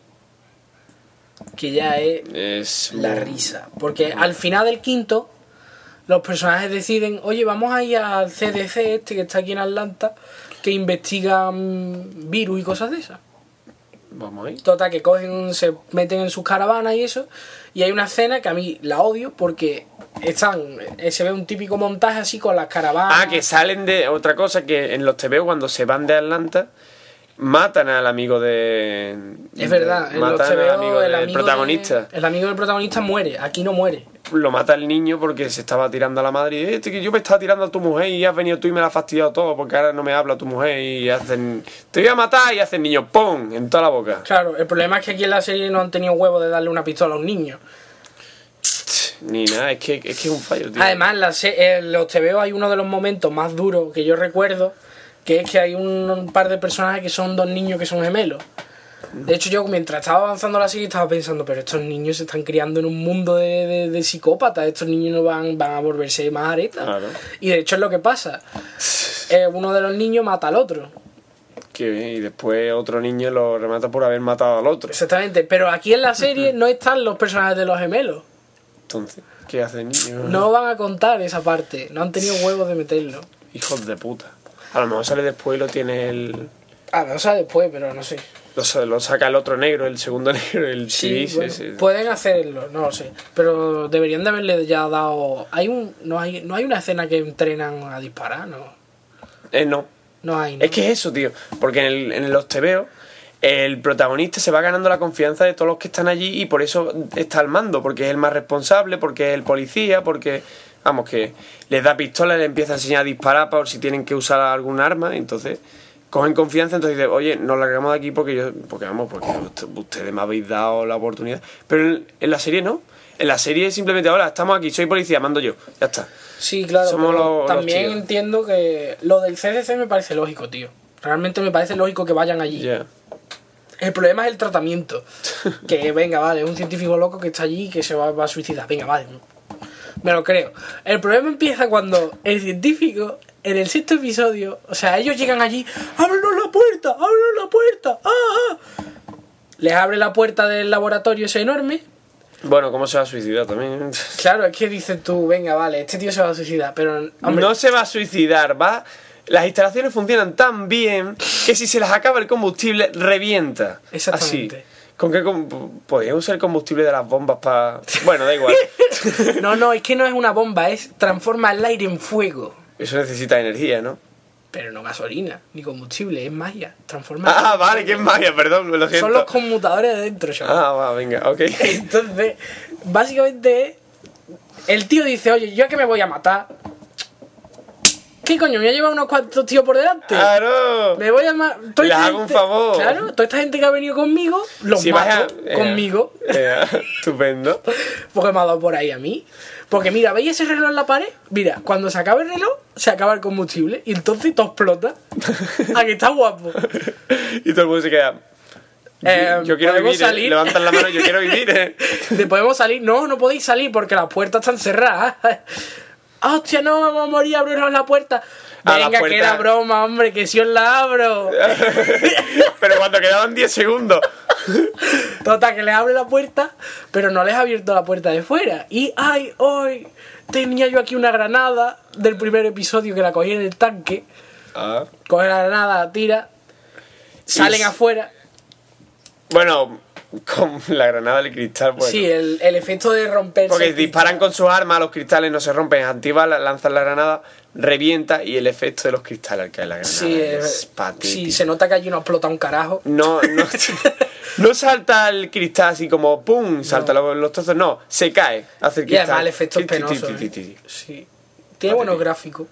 Speaker 1: que ya es
Speaker 2: Es.
Speaker 1: la
Speaker 2: muy-
Speaker 1: risa, porque al final del quinto los personajes deciden, oye, vamos a ir al CDC este que está aquí en Atlanta, que investiga mm, virus y cosas de esas.
Speaker 2: Vamos ahí.
Speaker 1: Total, que cogen, se meten en sus caravanas y eso. Y hay una escena que a mí la odio porque están, eh, se ve un típico montaje así con las caravanas.
Speaker 2: Ah, que salen de otra cosa que en los TV cuando se van de Atlanta matan al amigo de
Speaker 1: Es verdad, en los
Speaker 2: matan
Speaker 1: TVO,
Speaker 2: al amigo
Speaker 1: el
Speaker 2: del
Speaker 1: amigo
Speaker 2: protagonista.
Speaker 1: de- el amigo del protagonista muere, aquí no muere.
Speaker 2: Lo mata el niño porque se estaba tirando a la madre y "Eh, este que yo me estaba tirando a tu mujer y has venido tú y me la has fastidiado todo porque ahora no me habla tu mujer y hacen te voy a matar y hacen niño pum en toda la boca.
Speaker 1: Claro, el problema es que aquí en la serie no han tenido huevo de darle una pistola a un niño.
Speaker 2: Ni nada, es que es, que es un fallo, tío.
Speaker 1: Además, la se- en los TVO hay uno de los momentos más duros que yo recuerdo, que es que hay un, un par de personajes que son dos niños que son gemelos. De hecho, yo mientras estaba avanzando la serie estaba pensando, pero estos niños se están criando en un mundo de, de- de psicópatas, estos niños no van, van a volverse más aretas.
Speaker 2: Claro.
Speaker 1: Y de hecho es lo que pasa. Eh, uno de los niños mata al otro.
Speaker 2: Que bien, y después otro niño lo remata por haber matado al otro.
Speaker 1: Exactamente. Pero aquí en la serie no están los personajes de los gemelos.
Speaker 2: Entonces, ¿qué hace el niño?
Speaker 1: No van a contar esa parte. No han tenido huevos de meterlo.
Speaker 2: Hijos de puta. A lo mejor sale después y lo tiene el.
Speaker 1: Ah, no sé después, pero no sé.
Speaker 2: Lo, sa- lo saca el otro negro, el segundo negro, el
Speaker 1: Sí,
Speaker 2: sí,
Speaker 1: bueno, pues- pueden hacerlo, no lo sé. Pero deberían de haberle ya dado. Hay un, no hay, no hay una escena que entrenan a disparar, no,
Speaker 2: Eh, no.
Speaker 1: no hay. ¿no?
Speaker 2: Es que es eso, tío. Porque en, el- en los TVO, el protagonista se va ganando la confianza de todos los que están allí y por eso está al mando. Porque es el más responsable, porque es el policía, porque. Vamos, que les da pistola, le empieza a enseñar a disparar por si tienen que usar algún arma. Entonces, cogen confianza, entonces dicen, oye, nos largamos de aquí porque yo. Porque vamos, porque ust- ustedes me habéis dado la oportunidad. Pero en, en la serie no. En la serie simplemente, ahora estamos aquí, soy policía, mando yo. Ya está.
Speaker 1: sí, claro.
Speaker 2: somos
Speaker 1: pero
Speaker 2: los- los
Speaker 1: también
Speaker 2: tíos.
Speaker 1: entiendo que lo del CDC me parece lógico, tío. Realmente me parece lógico que vayan allí.
Speaker 2: Ya.
Speaker 1: El problema es el tratamiento. Que venga, vale, un científico loco que está allí y que se va, va a suicidar. Venga, vale. Me lo creo. El problema empieza cuando el científico, en el sexto episodio, o sea, ellos llegan allí, ¡ábrenos la puerta! ¡ábrenos la puerta! ¡Ah, ah! Les abre la puerta del laboratorio ese enorme.
Speaker 2: Bueno, ¿cómo se va a suicidar también?
Speaker 1: Claro, es que dices tú, venga, vale, este tío se va a suicidar, pero... Hombre,
Speaker 2: No se va a suicidar, va. Las instalaciones funcionan tan bien que si se les acaba el combustible, revienta.
Speaker 1: Exactamente.
Speaker 2: Así. ¿Con qué com- podía usar el combustible de las bombas para.? Bueno, da igual.
Speaker 1: no, no, es que no es una bomba, es transforma el aire en fuego.
Speaker 2: Eso necesita energía, ¿no?
Speaker 1: Pero no gasolina, ni combustible, es magia. Transforma
Speaker 2: Ah, vale, que es magia, perdón, me lo siento.
Speaker 1: Son los conmutadores de dentro, chaval.
Speaker 2: Ah, va, venga, ok.
Speaker 1: Entonces, básicamente, el tío dice, oye, yo que me voy a matar, ¿Qué coño? Me voy a llevar unos cuantos tíos por delante.
Speaker 2: ¡Claro!
Speaker 1: Me voy a llamar.
Speaker 2: Les Ah, hago un favor.
Speaker 1: Claro, toda esta gente que ha venido conmigo, los
Speaker 2: Si vas
Speaker 1: mato
Speaker 2: a- eh,
Speaker 1: conmigo.
Speaker 2: eh, estupendo.
Speaker 1: Porque me ha dado por ahí a mí. Porque mira, ¿veis ese reloj en la pared? Mira, cuando se acaba el reloj, se acaba el combustible y entonces todo explota. ¿A que está guapo?
Speaker 2: y todo el mundo se queda. Yo,
Speaker 1: Eh,
Speaker 2: yo quiero
Speaker 1: ¿podemos
Speaker 2: vivir. eh.
Speaker 1: salir?
Speaker 2: Levantan la mano, yo quiero vivir. eh.
Speaker 1: ¿De podemos salir? No, no podéis salir porque las puertas están cerradas. Ah, hostia, no, vamos a morir, abrirnos la puerta.
Speaker 2: Ah, la
Speaker 1: Venga, que
Speaker 2: puerta.
Speaker 1: era broma, hombre, que si os la abro.
Speaker 2: Pero cuando quedaban 10 segundos.
Speaker 1: Total, que les abre la puerta, pero no les ha abierto la puerta de fuera. Y, ay, hoy tenía yo aquí una granada del primer episodio que la cogí en el tanque.
Speaker 2: Ah.
Speaker 1: Coge la granada, la tira, salen
Speaker 2: Y-
Speaker 1: afuera.
Speaker 2: Bueno, con la granada del cristal, bueno.
Speaker 1: Sí, el, el efecto de romperse.
Speaker 2: Porque
Speaker 1: el cristal.
Speaker 2: disparan con sus armas, los cristales no se rompen, activan, lanzan la granada, revienta y el efecto de los cristales al caer la granada
Speaker 1: Sí,
Speaker 2: es
Speaker 1: eh,
Speaker 2: patético.
Speaker 1: sí, se nota que allí no explota un carajo.
Speaker 2: No, no, no salta el cristal así como ¡pum! Salta los, los trozos, no, se cae, hace el
Speaker 1: Y
Speaker 2: cristal.
Speaker 1: además el efecto es
Speaker 2: Ti, ti, ti,
Speaker 1: penoso.
Speaker 2: ti,
Speaker 1: ¿eh?
Speaker 2: ti, ti.
Speaker 1: Sí. Tiene buenos gráficos.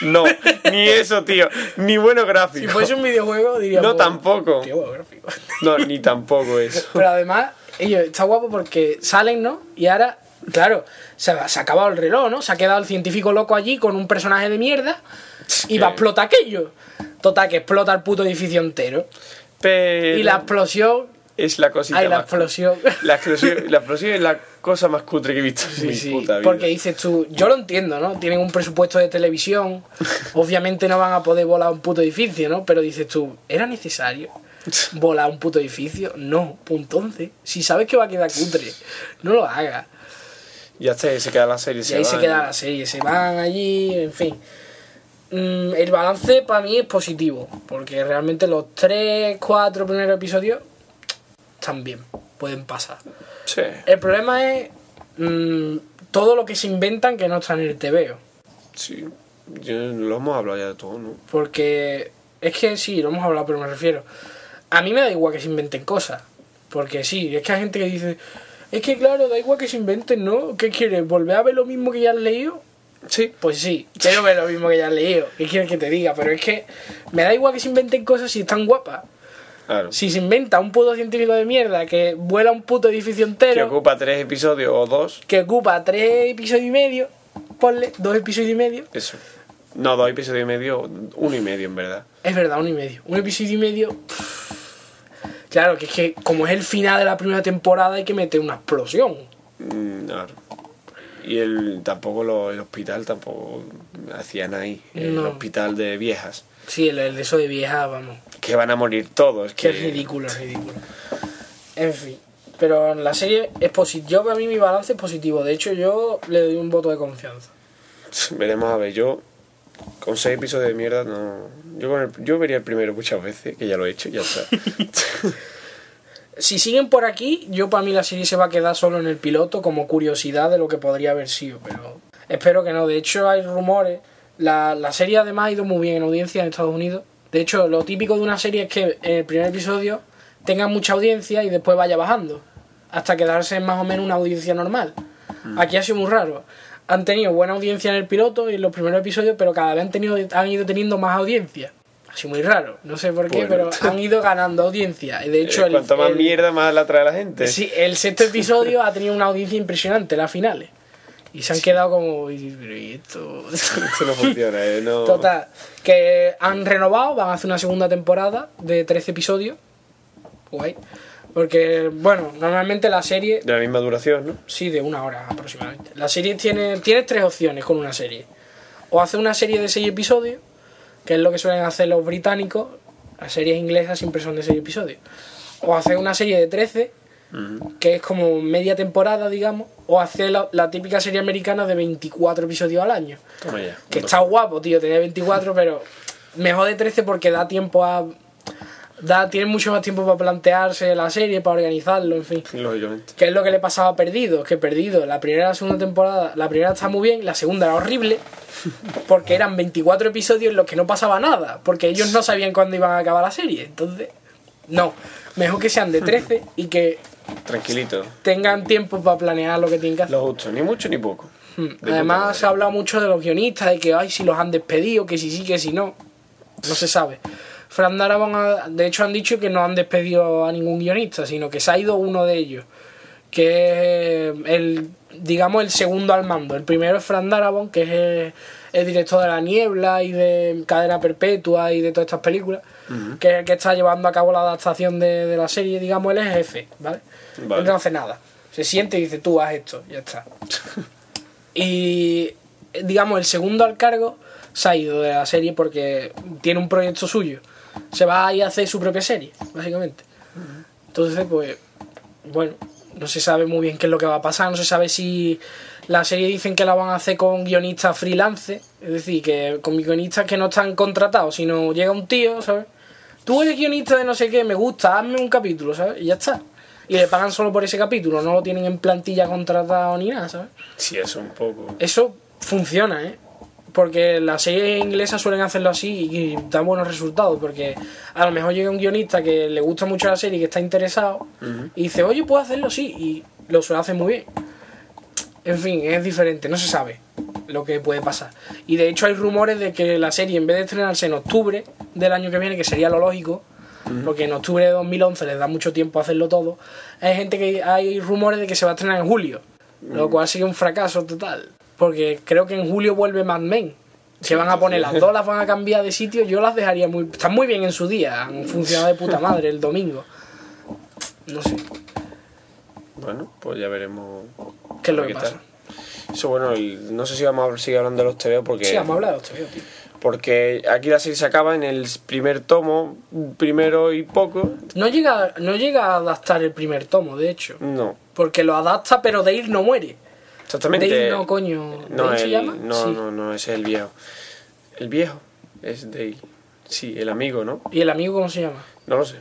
Speaker 2: No, ni eso, tío, ni bueno
Speaker 1: Si
Speaker 2: gráfico.
Speaker 1: fuese un videojuego, diría.
Speaker 2: No,
Speaker 1: pues,
Speaker 2: tampoco.
Speaker 1: Tiene buenos gráficos.
Speaker 2: No, ni tampoco eso.
Speaker 1: Pero además, ellos, está guapo porque salen, ¿no? Y ahora, claro, se, ha- se ha acabado el reloj, ¿no? Se ha quedado el científico loco allí con un personaje de mierda y va a
Speaker 2: Que-
Speaker 1: explotar aquello. Total, que explota el puto edificio entero.
Speaker 2: Pero
Speaker 1: Y la explosión.
Speaker 2: es la cosita
Speaker 1: Ay, la
Speaker 2: más-
Speaker 1: explosión.
Speaker 2: La explosión, la explosión es la cosa más cutre que he visto. en mi
Speaker 1: Sí, sí,
Speaker 2: puta vida.
Speaker 1: porque dices tú, yo lo entiendo, ¿no? Tienen un presupuesto de televisión, obviamente no van a poder volar un puto edificio, ¿no? Pero dices tú, ¿era necesario volar un puto edificio? No, pues entonces, si sabes que va a quedar cutre, no lo hagas.
Speaker 2: Ya está, ahí se queda la serie.
Speaker 1: Y ahí se
Speaker 2: van.
Speaker 1: queda la serie, se van allí, en fin. Mm, el balance para mí es positivo, porque realmente los 3, 4 primeros episodios están bien, pueden pasar.
Speaker 2: Sí.
Speaker 1: El problema es mm, todo lo que se inventan que no está en el TVO.
Speaker 2: sí. Yo- lo hemos hablado ya de todo, ¿no?
Speaker 1: Porque es que sí, lo hemos hablado, pero me refiero. A mí me da igual que se inventen cosas. Porque sí, es que hay gente que dice, es que claro, da igual que se inventen, ¿no? ¿Qué quieres? ¿Volver a ver lo mismo que ya has leído?
Speaker 2: Sí.
Speaker 1: Pues sí, quiero ver lo mismo que ya has leído. ¿Qué quieres que te diga? Pero es que me da igual que se inventen cosas si están guapas.
Speaker 2: Claro.
Speaker 1: Si se inventa un puto científico de mierda que vuela un puto edificio
Speaker 2: Que
Speaker 1: entero.
Speaker 2: ocupa tres episodios o dos.
Speaker 1: que ocupa tres episodios y medio, ponle dos episodios y medio,
Speaker 2: Eso. No, dos episodios y medio. Uno y medio, en verdad.
Speaker 1: es verdad, uno y medio. Un episodio y medio. pff. Claro, que es que como es el final de la primera temporada hay que meter una explosión.
Speaker 2: Mm, claro. Y el, tampoco lo- el hospital tampoco hacían ahí. El
Speaker 1: No.
Speaker 2: hospital de viejas.
Speaker 1: Sí, el, el de eso de vieja, vamos.
Speaker 2: Que van a morir todos.
Speaker 1: Que
Speaker 2: Que
Speaker 1: es ridículo, es ridículo. En fin. Pero en la serie es positivo. Yo para mí mi balance es positivo. De hecho, yo le doy un voto de confianza.
Speaker 2: Veremos a ver, yo con seis episodios de mierda no. Yo, con el- yo vería el primero muchas veces, que ya lo he hecho, ya está. Eh,
Speaker 1: Si siguen por aquí, yo para mí la serie se va a quedar solo en el piloto como curiosidad de lo que podría haber sido, pero espero que no. De hecho, hay rumores. La, la serie además ha ido muy bien en audiencia en Estados Unidos. De hecho, lo típico de una serie es que en el primer episodio tenga mucha audiencia y después vaya bajando, hasta quedarse en más o menos una audiencia normal. Aquí ha sido muy raro. Han tenido buena audiencia en el piloto y en los primeros episodios, pero cada vez han, tenido, han ido teniendo más audiencia. Ha sido muy raro, no sé por qué,
Speaker 2: Bueno.
Speaker 1: pero han ido ganando audiencia. De hecho,
Speaker 2: Eh,
Speaker 1: el-
Speaker 2: cuanto más
Speaker 1: el-
Speaker 2: mierda, más la trae la gente.
Speaker 1: Sí, el sexto episodio ha tenido una audiencia impresionante, las finales. Y se han quedado como. "Y- pero ¿y esto?
Speaker 2: Esto no funciona, eh, no.
Speaker 1: Total. Que han renovado, van a hacer una segunda temporada de 13 episodios. Guay. Porque, bueno, normalmente la serie.
Speaker 2: De la misma duración, ¿no?
Speaker 1: Sí, de una hora aproximadamente. La serie tiene. Tienes tres opciones con una serie. O hace una serie de seis episodios, que es lo que suelen hacer los británicos. Las series inglesas siempre son de seis episodios. O hace una serie de 13 que es como media temporada, digamos, o hacer la, la típica serie americana de 24 episodios al año.
Speaker 2: Toma ya.
Speaker 1: Que está guapo, tío, tener 24, pero mejor de 13 porque da tiempo a... Da, tiene mucho más tiempo para plantearse la serie, para organizarlo, en fin.
Speaker 2: Lógicamente.
Speaker 1: Que es lo que le pasaba a Perdido, que Perdido, la primera y la segunda temporada, la primera está muy bien, la segunda era horrible, porque eran 24 episodios en los que no pasaba nada, porque ellos no sabían cuándo iban a acabar la serie, entonces... No, mejor que sean de 13 y que
Speaker 2: Tranquilito.
Speaker 1: tengan tiempo para planear lo que tienen que hacer.
Speaker 2: Lo justo, ni mucho ni poco. puta
Speaker 1: Hmm, Además,
Speaker 2: madre.
Speaker 1: se ha hablado mucho de los guionistas, de que ay, si los han despedido, que si sí, que si no. No se sabe. Fran Darabont, ha- de hecho, han dicho que no han despedido a ningún guionista, sino que se ha ido uno de ellos, que es el, digamos, el segundo al mando. El primero es Fran Darabont, que es el, el director de La Niebla y de Cadena Perpetua y de todas estas películas, que es el que está llevando a cabo la adaptación de, de la serie, digamos, él es jefe, ¿vale?
Speaker 2: Vale.
Speaker 1: Él no hace nada. Se siente y dice, tú haz esto, ya está. Y digamos, el segundo al cargo se ha ido de la serie porque tiene un proyecto suyo. Se va a ir a hacer su propia serie, básicamente. Entonces, pues, bueno, no se sabe muy bien qué es lo que va a pasar. No se sabe si la serie dicen que la van a hacer con guionistas freelance, es decir, que con guionistas que no están contratados, sino llega un tío, ¿sabes? Tú eres guionista de no sé qué, me gusta, hazme un capítulo, ¿sabes? Y ya está. Y le pagan solo por ese capítulo, no lo tienen en plantilla contratado ni nada, ¿sabes?
Speaker 2: Sí, eso un poco.
Speaker 1: Eso funciona, ¿eh? Porque las series inglesas suelen hacerlo así y dan buenos resultados. Porque a lo mejor llega un guionista que le gusta mucho la serie y que está interesado y dice, oye, puedo hacerlo así. Y lo suele hacer muy bien. En fin, es diferente, no se sabe lo que puede pasar. Y de hecho hay rumores de que la serie, en vez de estrenarse en octubre del año que viene, que sería lo lógico, porque en octubre de 2011 les da mucho tiempo a hacerlo todo, hay gente que hay rumores de que se va a estrenar en julio,
Speaker 2: Mm.
Speaker 1: lo cual sería un fracaso total, porque creo que en julio vuelve Mad Men. Se van a poner las dos, las van a cambiar de sitio, yo las dejaría muy... Están muy bien en su día, han funcionado de puta madre el domingo. No sé,
Speaker 2: Bueno, pues ya veremos.
Speaker 1: ¿qué es lo
Speaker 2: a ver
Speaker 1: que
Speaker 2: qué
Speaker 1: pasa?
Speaker 2: tal. Eso bueno, el- no sé si vamos a seguir hablando de los TV porque.
Speaker 1: Sí, vamos a hablar de los TVO, tío.
Speaker 2: Porque aquí la serie se acaba en el primer tomo, primero y poco.
Speaker 1: No llega, no llega a adaptar el primer tomo, de hecho.
Speaker 2: No,
Speaker 1: Porque lo adapta, pero Dale no muere.
Speaker 2: exactamente.
Speaker 1: Dale no, coño.
Speaker 2: No,
Speaker 1: ¿Dale se
Speaker 2: el-
Speaker 1: llama?
Speaker 2: No,
Speaker 1: sí.
Speaker 2: no, no, ese es el viejo. El viejo es Dale. Sí, el amigo, ¿no?
Speaker 1: ¿Y el amigo cómo se llama?
Speaker 2: No lo sé.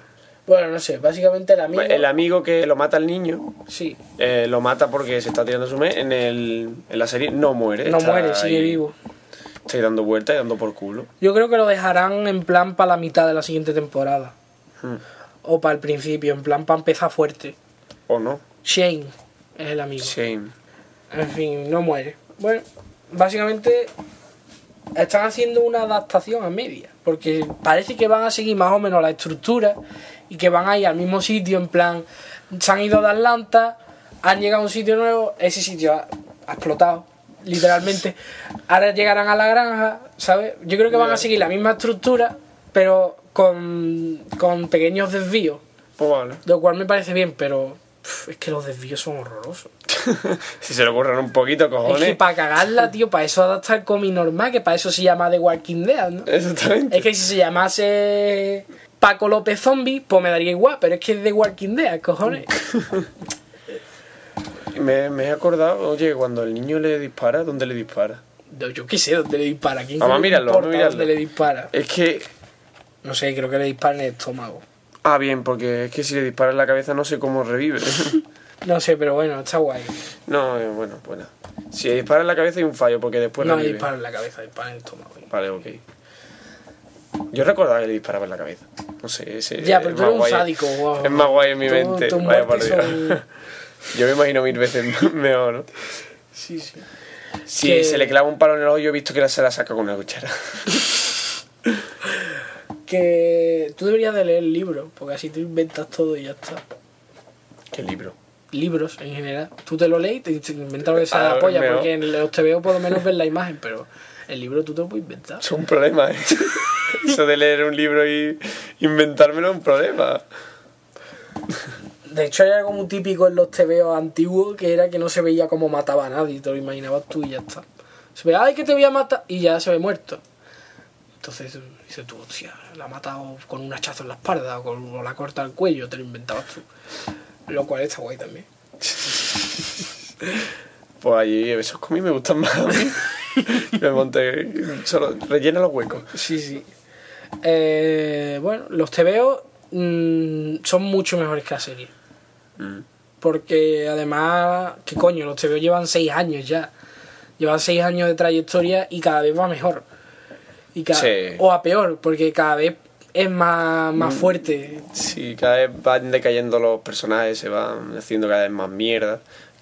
Speaker 1: Bueno, no sé. Básicamente el amigo.
Speaker 2: El amigo que lo mata al niño,
Speaker 1: Sí.
Speaker 2: eh, lo mata porque se está tirando su mes. En, el, en la serie no muere.
Speaker 1: No
Speaker 2: está
Speaker 1: muere, sigue
Speaker 2: ahí-
Speaker 1: vivo.
Speaker 2: Está ahí dando vueltas y dando por culo.
Speaker 1: Yo creo que lo dejarán en plan para la mitad de la siguiente temporada.
Speaker 2: Hmm.
Speaker 1: O para el principio, en plan para empezar fuerte.
Speaker 2: ¿O no?
Speaker 1: Shane es el amigo.
Speaker 2: Shame.
Speaker 1: En fin, no muere. Bueno, básicamente están haciendo una adaptación a media, porque parece que van a seguir más o menos la estructura y que van a ir al mismo sitio, en plan, se han ido de Atlanta, han llegado a un sitio nuevo, ese sitio ha, ha explotado, literalmente. Ahora llegarán a la granja, ¿sabes? Yo creo que van
Speaker 2: Ya.
Speaker 1: a seguir la misma estructura, pero con, con pequeños desvíos,
Speaker 2: Pues vale.
Speaker 1: lo cual me parece bien, pero pf, es que los desvíos son horrorosos.
Speaker 2: si se le ocurren un poquito,
Speaker 1: Es que
Speaker 2: cojones.
Speaker 1: para cagarla, tío, para eso adaptar cómic normal, que para eso se llama The Walking Dead, ¿no?
Speaker 2: Exactamente.
Speaker 1: Es que si se llamase Paco López Zombie, pues me daría igual, pero es que es The Walking Dead, cojones.
Speaker 2: Me, me he acordado, oye, cuando el niño le dispara, ¿dónde le dispara?
Speaker 1: No, Yo qué sé dónde le dispara. ¿Quién
Speaker 2: Vamos a
Speaker 1: coño le
Speaker 2: mirarlo,
Speaker 1: importa
Speaker 2: vamos a mirarlo.
Speaker 1: dónde le dispara?
Speaker 2: Es que.
Speaker 1: No sé, creo que le dispara en el estómago.
Speaker 2: Ah, bien, porque es que si le dispara en la cabeza no sé cómo revive.
Speaker 1: No sé, pero bueno, está guay.
Speaker 2: no, eh, bueno, bueno. Si le dispara en la cabeza hay un fallo, porque después
Speaker 1: no le
Speaker 2: revive.
Speaker 1: dispara en la cabeza, dispara en el estómago.
Speaker 2: Vale, ok. Yo recordaba que le disparaba en la cabeza. No sé, ese.
Speaker 1: Ya, pero
Speaker 2: Eh, es más
Speaker 1: tú eres un
Speaker 2: guay. eh.
Speaker 1: sádico, guau.
Speaker 2: Es más guay en mi
Speaker 1: Tú-
Speaker 2: mente.
Speaker 1: tus
Speaker 2: Vaya por
Speaker 1: muertes
Speaker 2: Dios.
Speaker 1: son-
Speaker 2: Yo me imagino mil veces mejor, ¿no?
Speaker 1: Sí, sí.
Speaker 2: Si
Speaker 1: Que-
Speaker 2: se le clava un palo en el ojo, yo he visto que la- se la saca con una cuchara.
Speaker 1: Que tú deberías de leer el libro, porque así te inventas todo y ya está.
Speaker 2: Qué libro.
Speaker 1: libros en general. Tú te lo lees y te, te inventas lo que sea
Speaker 2: Ah,
Speaker 1: de la polla,
Speaker 2: meo.
Speaker 1: porque en los veo por lo menos ves la imagen, pero el libro tú te lo puedes inventar.
Speaker 2: Es un problema, ¿eh? Eso de leer un libro y inventármelo es un problema.
Speaker 1: De hecho, hay algo muy típico en los TVO antiguos que era que no se veía cómo mataba a nadie, te lo imaginabas tú y ya está. Se ve, ay, que te voy a matar, y ya se ve muerto. Entonces dices tú, hostia, la ha matado con un hachazo en la espalda o, con, o la corta al cuello, te lo inventabas tú. Lo cual está guay también.
Speaker 2: Pues allí esos comis me gustan más a mí. Me monté solo rellena los huecos.
Speaker 1: Sí, sí. Eh, bueno, los TVO mm, son mucho mejores que la serie. Mm. Porque además, que coño, los TVO llevan seis años ya. Llevan seis años de trayectoria y cada vez va mejor. Y cada,
Speaker 2: Sí.
Speaker 1: O a peor, porque cada vez es más, más fuerte.
Speaker 2: Sí, cada vez van decayendo los personajes, se van haciendo cada vez más mierda.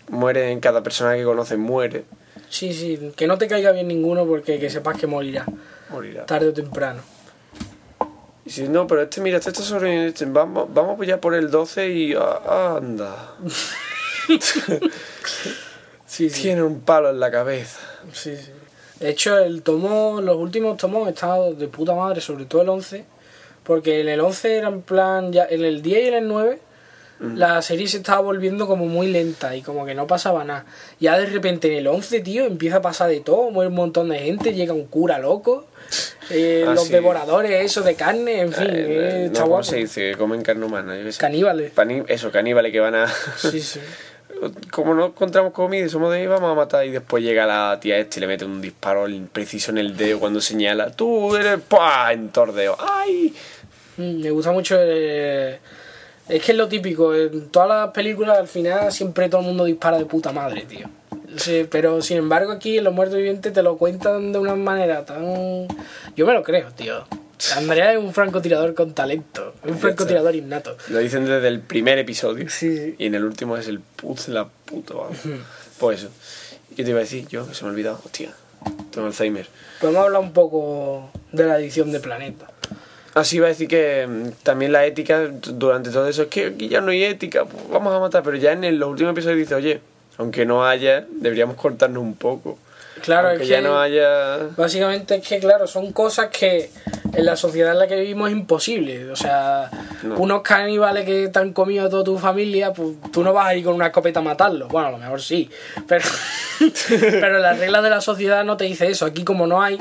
Speaker 2: Mueren, cada persona que conoce muere.
Speaker 1: Sí, sí, que no te caiga bien ninguno porque que sepas que morirá,
Speaker 2: Morirá.
Speaker 1: tarde o temprano.
Speaker 2: Y si no, pero este, mira, este está sobre. este, vamos, vamos ya por el 12 y. ah, anda.
Speaker 1: Sí, sí.
Speaker 2: Tiene un palo en la cabeza.
Speaker 1: Sí, sí. De hecho, el tomo, los últimos tomos estaban de puta madre, sobre todo el 11, porque en el 11 era en plan, ya en el 10 y en el 9,
Speaker 2: Mm.
Speaker 1: la serie se estaba volviendo como muy lenta y como que no pasaba nada. Ya de repente en el 11, tío, empieza a pasar de todo, muere un montón de gente, llega un cura loco, eh,
Speaker 2: Ah,
Speaker 1: los
Speaker 2: sí.
Speaker 1: devoradores, esos de carne, en fin,
Speaker 2: El- el-
Speaker 1: eh,
Speaker 2: no,
Speaker 1: está
Speaker 2: ¿cómo
Speaker 1: guapo.
Speaker 2: se dice? Que comen carne humana. yo qué sé.
Speaker 1: Caníbales.
Speaker 2: Pani- eso, caníbales que van a.
Speaker 1: Sí, sí.
Speaker 2: Como no encontramos comida y somos de ahí, vamos a matar. Y después llega la tía esta y le mete un disparo preciso en el dedo cuando señala. Tú eres. ¡Pah! En tordeo. ¡Ay!
Speaker 1: Mm, Me gusta mucho. eh, es que es lo típico. En todas las películas, al final, siempre todo el mundo dispara de puta madre, tío. Sí, pero sin embargo, aquí en Los Muertos Vivientes te lo cuentan de una manera tan. Yo me lo creo, tío. Andrea es un francotirador con talento. Un francotirador innato.
Speaker 2: Lo dicen desde el primer episodio.
Speaker 1: Sí, sí.
Speaker 2: Y en el último es el put la puta. vamos. Pues eso. ¿Qué te iba a decir? Yo, que se me ha olvidado. Hostia, tengo Alzheimer.
Speaker 1: Podemos hablar un poco de la edición de Planeta.
Speaker 2: Así Ah, iba a decir que mm, también la ética d- durante todo eso es que aquí ya no hay ética, pues vamos a matar. Pero ya en el último episodio dice, oye, aunque no haya, deberíamos cortarnos un poco.
Speaker 1: Claro,
Speaker 2: aunque
Speaker 1: es
Speaker 2: ya
Speaker 1: que.
Speaker 2: no haya.
Speaker 1: Básicamente es que, claro, son cosas que en la sociedad en la que vivimos es imposible. O sea,
Speaker 2: No.
Speaker 1: unos caníbales que te han comido a toda tu familia, pues tú no vas a ir con una escopeta a matarlos. Bueno, a lo mejor sí, pero, pero las reglas de la sociedad no te dice eso. Aquí como no hay,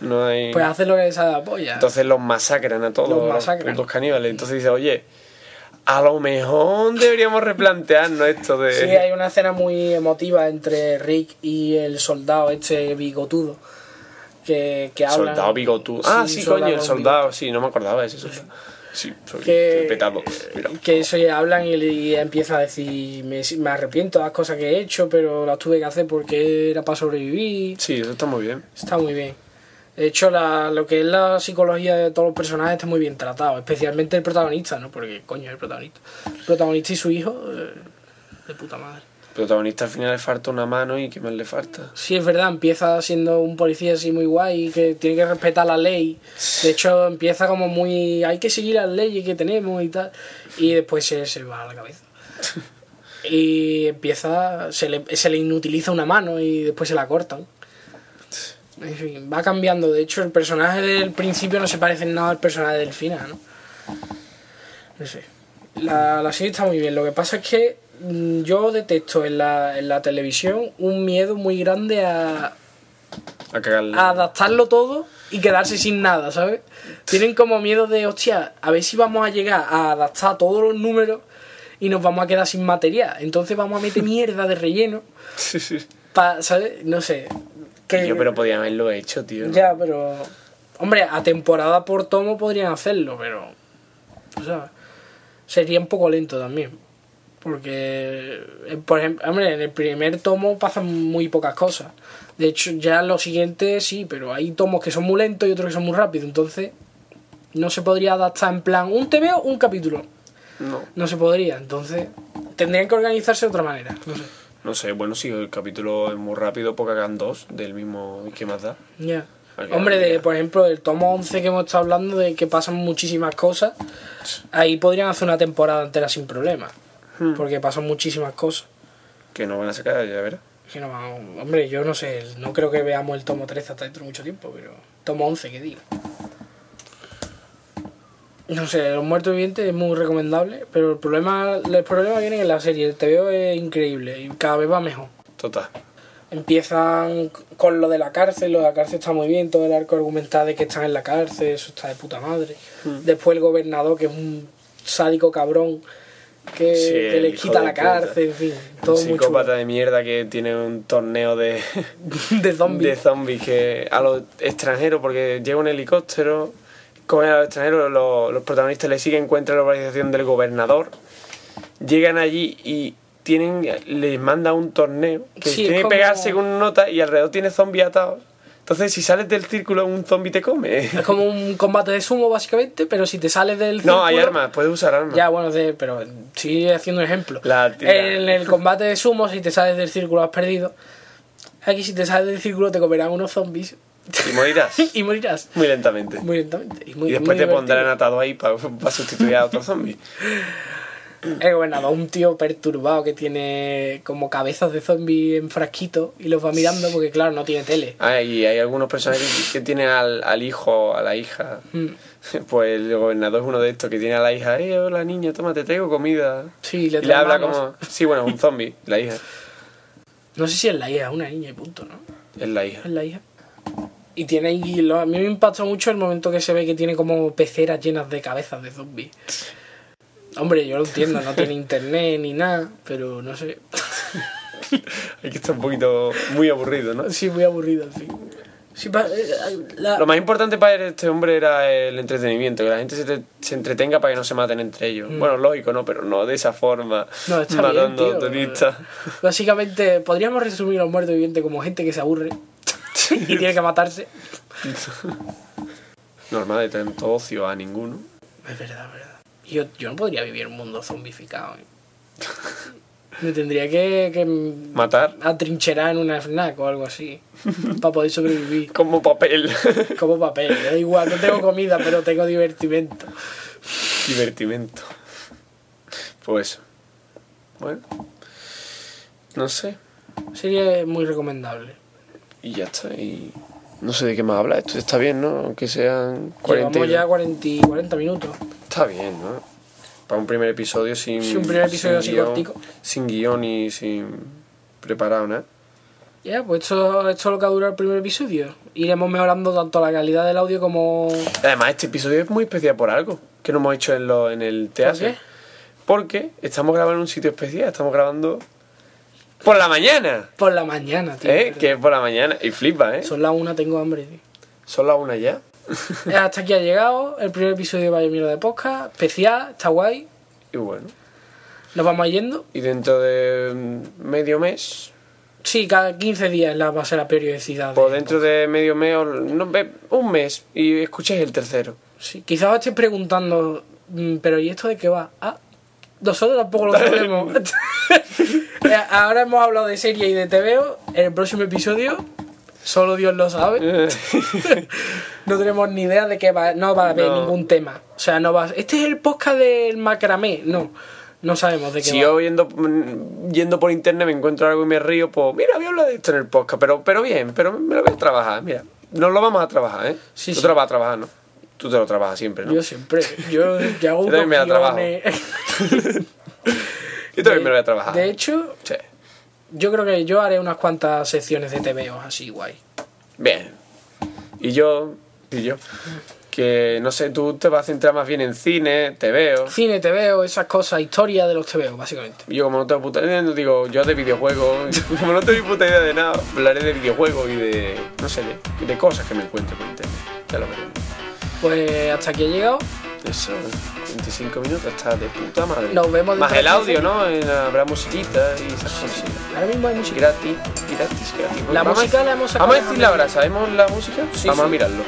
Speaker 2: No hay...
Speaker 1: pues haces lo que les da la polla.
Speaker 2: Entonces los masacran a todos
Speaker 1: Los
Speaker 2: los,
Speaker 1: masacran.
Speaker 2: putos caníbales. Entonces dice, oye, a lo mejor deberíamos replantearnos esto de.
Speaker 1: Sí, hay una escena muy emotiva entre Rick y el soldado este bigotudo. Que, que hablan-
Speaker 2: Soldado bigotudo. Ah, sí,
Speaker 1: soldado
Speaker 2: coño, el
Speaker 1: con
Speaker 2: soldado. Sí, no me acordaba de ese soldado. Sí, soy,
Speaker 1: Que-
Speaker 2: estoy petado. Mira.
Speaker 1: que eso ya hablan y, le- y empieza a decir me, me arrepiento de las cosas que he hecho pero las tuve que hacer porque era para sobrevivir
Speaker 2: Sí, eso está muy bien.
Speaker 1: está muy bien de hecho la- lo que es la psicología de todos los personajes está muy bien tratado especialmente el protagonista no porque coño es el protagonista el protagonista y su hijo eh, de puta madre
Speaker 2: El protagonista al final le falta una mano y ¿qué más le falta?
Speaker 1: Sí, es verdad, empieza siendo un policía así muy guay, que tiene que respetar la ley. De hecho, empieza como muy. Hay que seguir las leyes que tenemos y tal. Y después se, se va a la cabeza. Y empieza. Se le, se le inutiliza una mano y después se la cortan. En fin, va cambiando. De hecho, el personaje del principio no se parece en nada al personaje del final, ¿no? No sé. La, la serie está muy bien. Lo que pasa es que mm, yo detesto en la, en la televisión un miedo muy grande a,
Speaker 2: A cagarle.
Speaker 1: a adaptarlo todo y quedarse sin nada, ¿sabes? Tienen como miedo de, hostia, a ver si vamos a llegar a adaptar todos los números y nos vamos a quedar sin material. Entonces vamos a meter mierda de relleno.
Speaker 2: Sí, sí.
Speaker 1: Pa, ¿Sabes? No sé. Que-
Speaker 2: Yo, pero podía haberlo hecho, tío. ¿no?
Speaker 1: Ya, pero. Hombre, a temporada por tomo podrían hacerlo, pero. O sea, sería un poco lento también. Porque, eh, por ejemplo, hombre, en el primer tomo pasan muy pocas cosas. De hecho, ya en los siguientes sí, pero hay tomos que son muy lentos y otros que son muy rápidos. Entonces, no se podría adaptar en plan un TVO, un capítulo.
Speaker 2: No,
Speaker 1: No se podría. Entonces, tendrían que organizarse de otra manera. No sé.
Speaker 2: no sé. Bueno, si el capítulo es muy rápido, pues que hagan dos del mismo. ¿Qué más da?
Speaker 1: Ya.
Speaker 2: Ok,
Speaker 1: Hombre, de,
Speaker 2: ya.
Speaker 1: por ejemplo, el tomo 11 que hemos estado hablando de que pasan muchísimas cosas, ahí podrían hacer una temporada entera sin problema. Porque pasan muchísimas cosas.
Speaker 2: Que no van a sacar, ya verás.
Speaker 1: Que no, vamos- hombre, yo no sé, no creo que veamos el tomo 13 hasta dentro de mucho tiempo, pero tomo 11, que digo. No sé, Los Muertos Vivientes es muy recomendable, pero el problema, el problema viene en la serie. El TVO es increíble y cada vez va mejor.
Speaker 2: Total.
Speaker 1: Empiezan con lo de la cárcel, lo de la cárcel está muy bien, todo el arco argumental de que están en la cárcel, eso está de puta madre.
Speaker 2: Hmm.
Speaker 1: Después el gobernador, que es un sádico cabrón, que,
Speaker 2: Sí,
Speaker 1: que
Speaker 2: el
Speaker 1: le
Speaker 2: hijo
Speaker 1: quita
Speaker 2: de
Speaker 1: la
Speaker 2: puta.
Speaker 1: cárcel, en fin, todo
Speaker 2: un
Speaker 1: muy chulo.
Speaker 2: psicópata de mierda que tiene un torneo de.
Speaker 1: De
Speaker 2: de
Speaker 1: zombies.
Speaker 2: zombies que a los extranjeros, porque llega un helicóptero, cogen a los extranjeros, los, los protagonistas le siguen, encuentran la organización del gobernador, llegan allí y tienen les manda un torneo que
Speaker 1: Sí, es
Speaker 2: tiene que
Speaker 1: como-
Speaker 2: pegarse con una nota y alrededor tiene zombies atados. Entonces, si sales del círculo, un zombie te come.
Speaker 1: Es como un combate de sumo, básicamente, pero si te sales del
Speaker 2: No, hay
Speaker 1: círculo-
Speaker 2: armas, puedes usar armas.
Speaker 1: Ya, bueno, de- pero estoy haciendo un ejemplo.
Speaker 2: La tira.
Speaker 1: en el combate de sumo, si te sales del círculo has perdido. Aquí si te sales del círculo te comerán unos zombies
Speaker 2: Y morirás
Speaker 1: y morirás.
Speaker 2: muy lentamente.
Speaker 1: Muy lentamente. Y, muy,
Speaker 2: Y después
Speaker 1: muy
Speaker 2: te pondrán
Speaker 1: divertido.
Speaker 2: atado ahí para sustituir a otro zombie.
Speaker 1: El gobernador, Eh, un tío perturbado que tiene como cabezas de zombies en frasquito y los va mirando porque, claro, no tiene tele.
Speaker 2: Ah, y hay algunos personajes que tienen al, al hijo, a la hija.
Speaker 1: Mm.
Speaker 2: Pues el gobernador es uno de estos que tiene a la hija. Eh, hola niña, toma, te traigo comida.
Speaker 1: Sí, le,
Speaker 2: Y le habla
Speaker 1: tramamos.
Speaker 2: como... Sí, bueno, es un zombie, la hija.
Speaker 1: No sé si es la hija, es una niña y punto, ¿no?
Speaker 2: Es la
Speaker 1: Es
Speaker 2: hija.
Speaker 1: la hija. Y tiene ahí. lo- a mí me impactó mucho el momento que se ve que tiene como peceras llenas de cabezas de zombies. Hombre, yo lo entiendo, no tiene internet ni nada, pero no sé.
Speaker 2: Hay que estar un poquito muy aburrido, ¿no?
Speaker 1: Sí, muy aburrido, en fin. Sí, pa- eh, la-
Speaker 2: Lo más importante para este hombre era el entretenimiento, que la gente se, te- se entretenga para que no se maten entre ellos. Bueno, lógico, ¿no? Pero no de esa forma,
Speaker 1: Mm. No, está bien,
Speaker 2: matando
Speaker 1: tío.
Speaker 2: turistas.
Speaker 1: Básicamente, podríamos resumir a un muerto viviente como gente que se aburre y tiene que matarse.
Speaker 2: Normal, de tanto ocio a ninguno.
Speaker 1: Es verdad, es verdad. Yo, yo no podría vivir en un mundo zombificado. ¿eh? Me tendría que, que
Speaker 2: Matar
Speaker 1: atrincherar en una FNAC o algo así para poder sobrevivir.
Speaker 2: como papel.
Speaker 1: Como papel, da igual, no tengo comida, pero tengo divertimento.
Speaker 2: Divertimento. Pues eso. Bueno. No sé.
Speaker 1: Sería muy recomendable.
Speaker 2: Y ya está. Y no sé de qué más hablar. Esto está bien, ¿no? Aunque sean 40.
Speaker 1: Llevamos
Speaker 2: y-
Speaker 1: ya 40, y 40 minutos.
Speaker 2: Está bien, ¿no? Para un primer episodio sin.
Speaker 1: Sí, un primer episodio así
Speaker 2: guión,
Speaker 1: cortico.
Speaker 2: Sin guión y sin. preparado, ¿no?
Speaker 1: Ya, pues esto, esto es lo que ha durado el primer episodio. Iremos mejorando tanto la calidad del audio como...
Speaker 2: Además, este episodio es muy especial por algo que no hemos hecho en, lo, en el teatro.
Speaker 1: qué?
Speaker 2: Porque estamos grabando en un sitio especial. Estamos grabando. por la mañana.
Speaker 1: Por la mañana, tío.
Speaker 2: ¿Eh? Que es por la mañana. Y flipa, ¿eh?
Speaker 1: Son las una, tengo hambre, tío.
Speaker 2: Son las una ya.
Speaker 1: Eh, Hasta aquí ha llegado el primer episodio de Vaya Mierda de Podcast. Especial, está guay.
Speaker 2: Y bueno.
Speaker 1: Nos vamos yendo.
Speaker 2: Y dentro de mm, medio mes.
Speaker 1: Sí, cada 15 días la, va a ser la periodicidad.
Speaker 2: O
Speaker 1: de-
Speaker 2: dentro de medio mes. o no, ve- un mes. Y escuchéis el tercero.
Speaker 1: Sí, quizás os estéis preguntando, "Mm, pero ¿y esto de qué va? Ah, nosotros tampoco lo sabemos. Eh, Ahora hemos hablado de serie y de TVO. En el próximo episodio, solo Dios lo sabe. No tenemos ni idea de qué va. No va a haber
Speaker 2: No.
Speaker 1: ningún tema. O sea, no va. Este es el podcast del macramé. No, no sabemos de qué
Speaker 2: si
Speaker 1: va.
Speaker 2: yo yendo, mm, yendo por internet me encuentro algo y me río, pues mira, voy a hablar de esto en el podcast. Pero, pero bien, pero me lo voy a trabajar. Mira, nos lo vamos a trabajar, ¿eh?
Speaker 1: Sí,
Speaker 2: Tú
Speaker 1: sí.
Speaker 2: te lo vas a trabajar, ¿no? Tú te lo trabajas siempre, ¿no?
Speaker 1: Yo
Speaker 2: Yo,
Speaker 1: siempre. Yo, yo hago
Speaker 2: Yo también me la
Speaker 1: unos
Speaker 2: trabajo.
Speaker 1: guiones.
Speaker 2: también me lo voy a trabajar.
Speaker 1: De hecho,
Speaker 2: Sí.
Speaker 1: yo creo que yo haré unas cuantas secciones de TVO así, guay.
Speaker 2: Bien. Y yo, y yo, que no sé, tú te vas a centrar más bien en cine, te veo.
Speaker 1: Cine, TVO, esas cosas, historia de los TVO, básicamente.
Speaker 2: Y Yo como no tengo puta idea, no digo yo de videojuegos, como no tengo ni puta idea de nada, hablaré de videojuegos y de, no sé, de, de cosas que me encuentro por internet. Ya lo veremos.
Speaker 1: Pues hasta aquí he llegado.
Speaker 2: Eso, 25 minutos, está de puta madre.
Speaker 1: Nos vemos
Speaker 2: Más
Speaker 1: dentro
Speaker 2: el
Speaker 1: de
Speaker 2: audio, ¿no? En- habrá musiquita y esas cosas.
Speaker 1: Ahora mismo hay música.
Speaker 2: Gratis, gratis, gratis.
Speaker 1: La
Speaker 2: Vamos a-
Speaker 1: música la hemos sacado
Speaker 2: Vamos a
Speaker 1: de
Speaker 2: decirla ahora,
Speaker 1: Jamendo.
Speaker 2: ¿sabemos la música?
Speaker 1: Sí,
Speaker 2: Vamos a
Speaker 1: sí.
Speaker 2: mirarlo.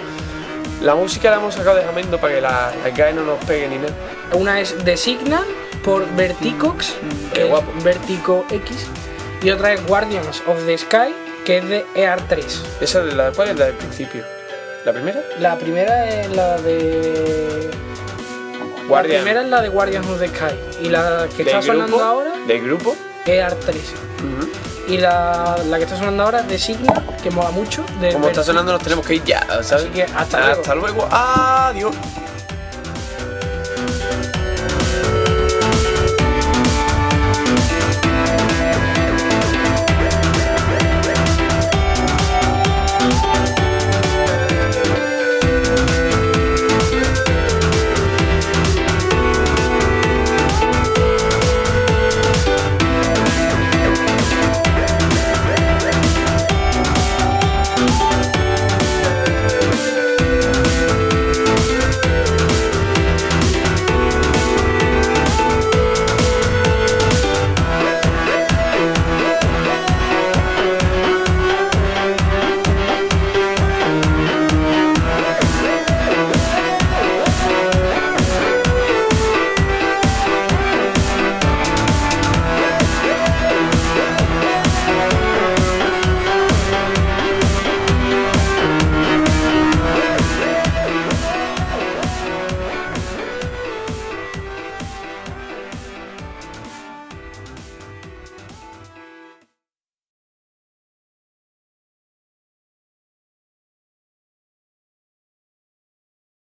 Speaker 2: La música la hemos sacado de Jamendo para que la, la GAE no nos pegue ni nada.
Speaker 1: Una es The Signal por Verticox,
Speaker 2: Mm, qué
Speaker 1: que es
Speaker 2: guapo.
Speaker 1: Vertico X. Y otra es Guardians of the Sky, que es de E ER3.
Speaker 2: Esa es la, ¿Cuál es la del principio? ¿La primera?
Speaker 1: La primera es la de. La
Speaker 2: Guardian.
Speaker 1: primera es la de Guardians of the Sky. Y la que está
Speaker 2: ¿Del
Speaker 1: sonando
Speaker 2: grupo?
Speaker 1: ahora E
Speaker 2: ¿Del grupo?
Speaker 1: es ER3.
Speaker 2: Ujú.
Speaker 1: Y la, la que está sonando ahora es The Signal, que mola mucho. De
Speaker 2: Como está
Speaker 1: Vertigo.
Speaker 2: sonando nos tenemos que ir ya, ¿sabes?
Speaker 1: Así que hasta luego.
Speaker 2: Hasta luego. Adiós.